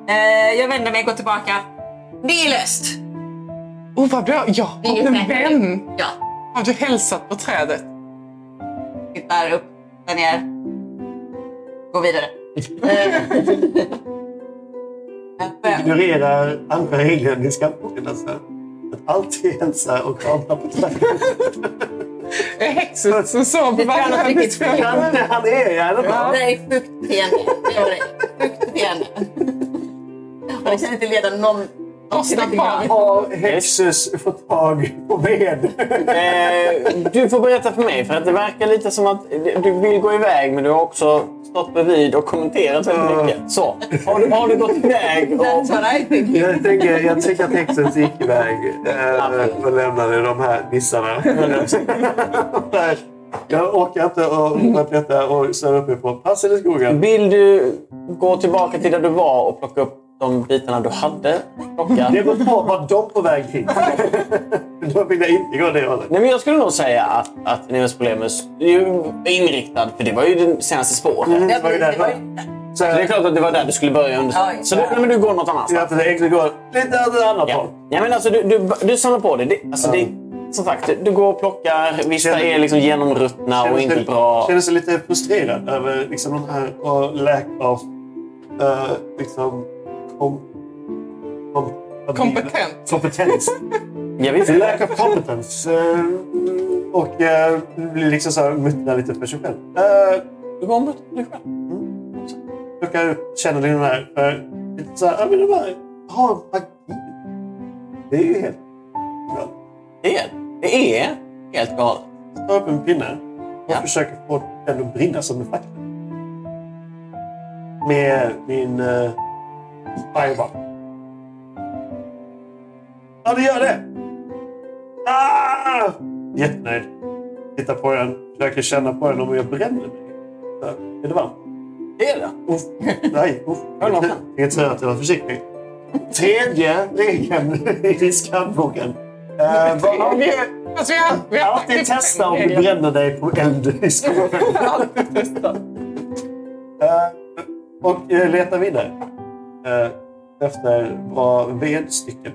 Eh, jag vänder mig och går tillbaka. Det är löst.
Oh vad bra! Jag har fått en vän!
Ja.
Har du hälsat på trädet?
Tittar upp, tittar ner. Går vidare. Eh, men-
Ignorera andra regeln i skarpboken. Alltså. Att alltid hälsa och krama på trädet.
Är häxor som sov på
Det tror jag nog
vattnet?
riktigt fel.
Han är han är i alla fall.
Det är sjukt beteende. Det var det. Sjukt beteende. Och det kan inte leda någon
Rostar kvar. i-
Har Hexus fått tag på ved?
Eh, du får berätta för mig, för att det verkar lite som att du vill gå iväg men du har också stått bredvid och kommenterat väldigt mycket. Så, har du, har du gått iväg? Och...
That's what I think.
jag, tänker, jag tänker att Hexus gick iväg eh, och lämnade de här nissarna. Nej, jag orkar inte och att detta och snöar uppifrån. Pass eller skogen?
Vill du gå tillbaka till där du var och plocka upp de bitarna du hade plockat?
Det beror på var de på väg hit. Då vill jag inte gå det hållet.
Nej, men jag skulle nog säga att, att Nives Problemus är ju inriktad, för det var ju det senaste spåret.
Det var ju
Det var
därför.
ju-
Så
Så Det är
jag,
klart att det var där du skulle börja
Ja,
under.
ja.
Så du, nej, men du går något
jag
annanstans.
tänkte egentligen gå lite åt ett annat
Ja.
håll.
Ja, men alltså, du, du, du samlar på dig. Det, alltså, det, som sagt, du, du går och plockar. Vissa
Känner-
är liksom genomruttna och inte bra.
känner sig lite frustrerad över liksom den här och lack of eh, liksom, kom, kom,
Kompetent.
Kompetens.
Jag vet inte.
lack of competence. Eh, och eh, blir liksom så här muttrar lite för sig själv. Eh, Mm.
Du går mot dig själv.
plockar upp kännedomen här. För lite så här, jag vill bara ha en magi. Det är ju helt galet.
Det är, det är helt galet.
Jag tar upp en pinne och
Ja.
försöker få den att brinna som en fackla. Med min uh, fireball. Ja, det gör det! Ah! Jättenöjd. Tittar på den, försöker känna på den om jag bränner mig. Så, Är det varmt?
Det är det.
Uff. Nej, uff. Inget tur att jag var försiktig. Tredje regeln i skamboken. Uh, vad avgör
Alltså, vi har, vi har
Alltid
faktiskt
testa om
fem
du
regler.
bränner dig på eld i skogen.
Alltid testa.
Eh, och eh, leta vidare. Eh, efter bra vedstycken.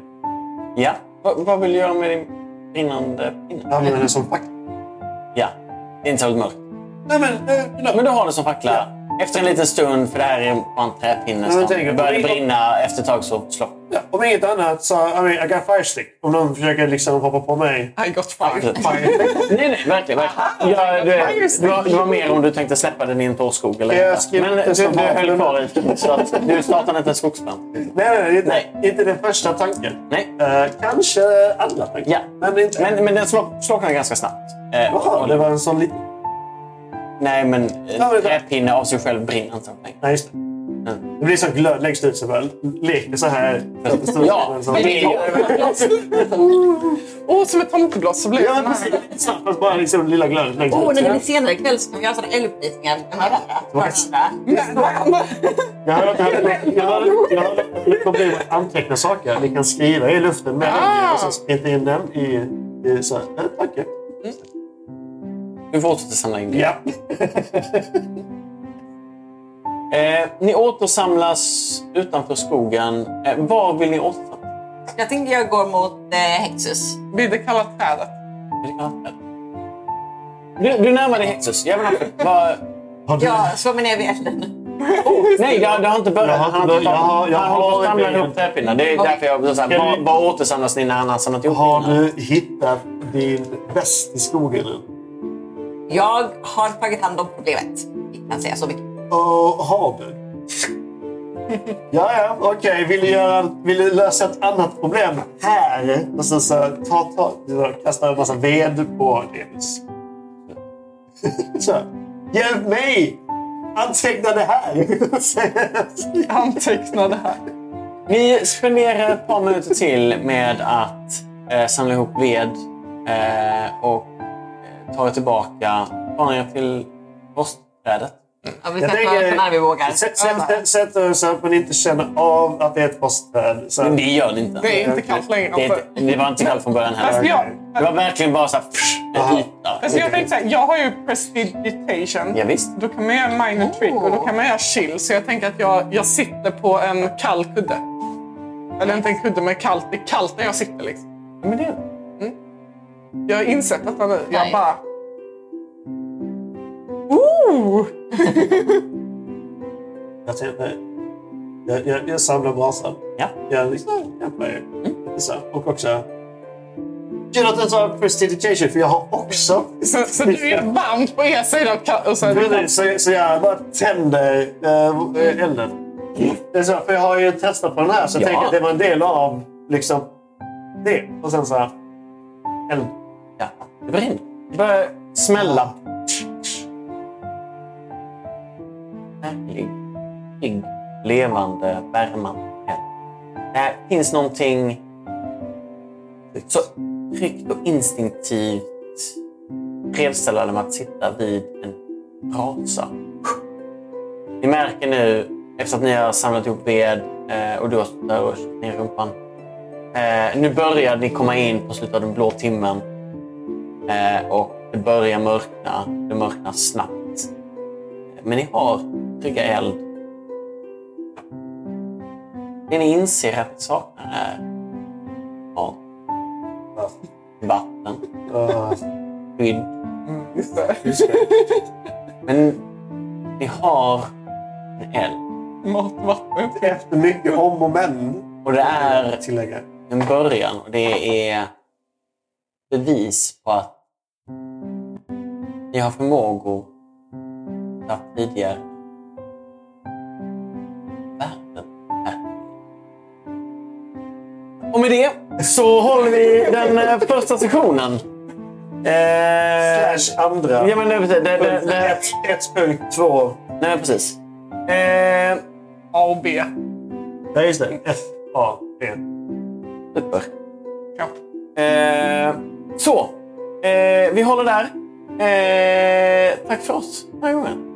Ja. Va, vad vill du göra med din brinnande pinne?
Använda den som fackla.
Ja. Det är inte särskilt mörkt.
Nej men, eh,
Men du har det som fackla. Efter en liten stund, för det här är bara en träpinne.
men
som
tänk om-
börjar det brinna. Efter ett tag så slocknar
ja, om inget annat så, I mean, I got fire stick. Om någon försöker liksom hoppa på mig.
I got fired.
Nej, nej, verkligen. verkligen. Ja, du, det, var, det var mer om du tänkte släppa den i en torrskog eller
Jag
inte.
skrev
Men
inte
du,
så
du höll
bra.
kvar i den, så att du startade inte en skogsbrand.
Nej, nej, inte,
Nej.
inte den första tanken.
Nej.
Eh, kanske alla tankar.
Ja.
Men inte...
Men, men den slock- slocknade ganska snabbt. Eh,
Jaha,
och-
det var en sån liten...
Nej, men
Ja,
eh,
men-
träpinne av sig själv brinner inte längre.
Nej, just det.
Mm.
Det blir sån glöd längst ut som bara leker så här. Så att det står
Ja,
en sån-
det är-
Åh, som ett tomteblad så blev
Ja,
det
precis. Lite snabbt, fast bara liksom lilla glöden längst
Åh,
ut.
när vi senare ikväll så ska vi göra sådana eldvisningar med varandra. Varandra.
Nej, nej, nej.
Jag har lite problem med att anteckna saker. Ni kan skriva i luften med den
Ah.
och sen sprinta in den i... i så här. Eh, Tack. ja.
Du fortsätter samla in grejer.
Ja.
Eh, ni återsamlas utanför skogen. Eh, var vill ni återsamlas?
Jag tänker jag går mot eh, Hexus.
Vid det kalla trädet.
Du, du närmar dig Hexus. Jag vill ha- vad-
Har du...
Jag slår mig ner vid elden.
Nej, det har, det har inte börjat.
Jag har inte
han
börjat. Jag har- jag
han håller på
har
att samla
idén.
ihop träpinnar. Det är
Okej.
därför jag... Så här,
Ska
bara,
du-
bara återsamlas ni när han har samlat ihop
Har
pinnar?
du hittat din väst i skogen än?
Jag har tagit hand om problemet. Jag kan säga så mycket.
Och har du? Ja, ja, okej. Vill, du göra- vill du lösa ett annat problem här? Och sen så ta, ta, så kastar en massa ved på Demis. Så. Hjälp mig! Anteckna det här!
Anteckna det här.
Ni spenderar ett par minuter till med att eh, samla ihop ved eh, och eh, ta er tillbaka. Ta er till rostträdet.
Ja, vi
Jag
sätter
tänker-
varandra när vi vågar.
Sätt- Sätt sätt den så att man inte känner av att det är ett postträd. Så
Men
att-
det gör ni inte.
Det är inte kallt längre.
Det, är- det var inte kallt från början
Fast
heller.
Alltså, jag,
Det var verkligen bara så här, psh, en
Aha.
alltså
yta.
jag, tänkte, så här, jag har ju prestidigitation.
Ja, visst.
Då kan man göra minor trick och då kan man göra chill. Så jag tänker att jag, jag sitter på en kall kudde. Eller inte en kudde, men kallt. Det är kallt där jag sitter. Liksom.
Ja, Men det,
Jag har insett detta nu. Jag
Nej.
bara... Ooh!
Jag, tänkte- jag, jag, jag samlar brasan.
ja.
Jag liksom kämpar ju. Lite Så, och också... Kul att du tar prestidigitation för jag har också...
Så, så du är varmt på er sida och kall- och så är det
Precis, så, så jag bara tänder eh, elden. Det är så, för jag har ju testat på den här så jag
Ja.
tänker att det var en del av liksom det. Och sen så här... Eld.
Ja, det brinner. Det börjar smälla. Märklig, trygg, levande, värmande eld. Det här finns någonting så tryggt och instinktivt trevställande med att sitta vid en brasa. Ni märker nu, efter att ni har samlat ihop ved eh, och du har stått där och kört ner rumpan. Eh, Nu börjar ni komma in på slutet av den blå timmen. Eh, och det börjar mörkna. Det mörknar snabbt. Men ni har trygga eld. Det ni inser att ni saknar eh, är mat, vatten,
Uh,
skydd.
Mm, just det.
Men ni har en eld.
Mat, vatten.
efter mycket om och men.
Och det är
Tillägga.
en början och det är bevis på att ni har förmågor att tidigare världen är. Och med det så håller vi den eh, första sessionen. Eh,
Slash andra.
ja, men det, det, det, det,
1.2.
nej, precis. Eh,
A och B.
Ja, just det. F, A, E. B.
super.
Ja.
Eh, så, eh, vi håller där. Eh, tack för oss den här gången.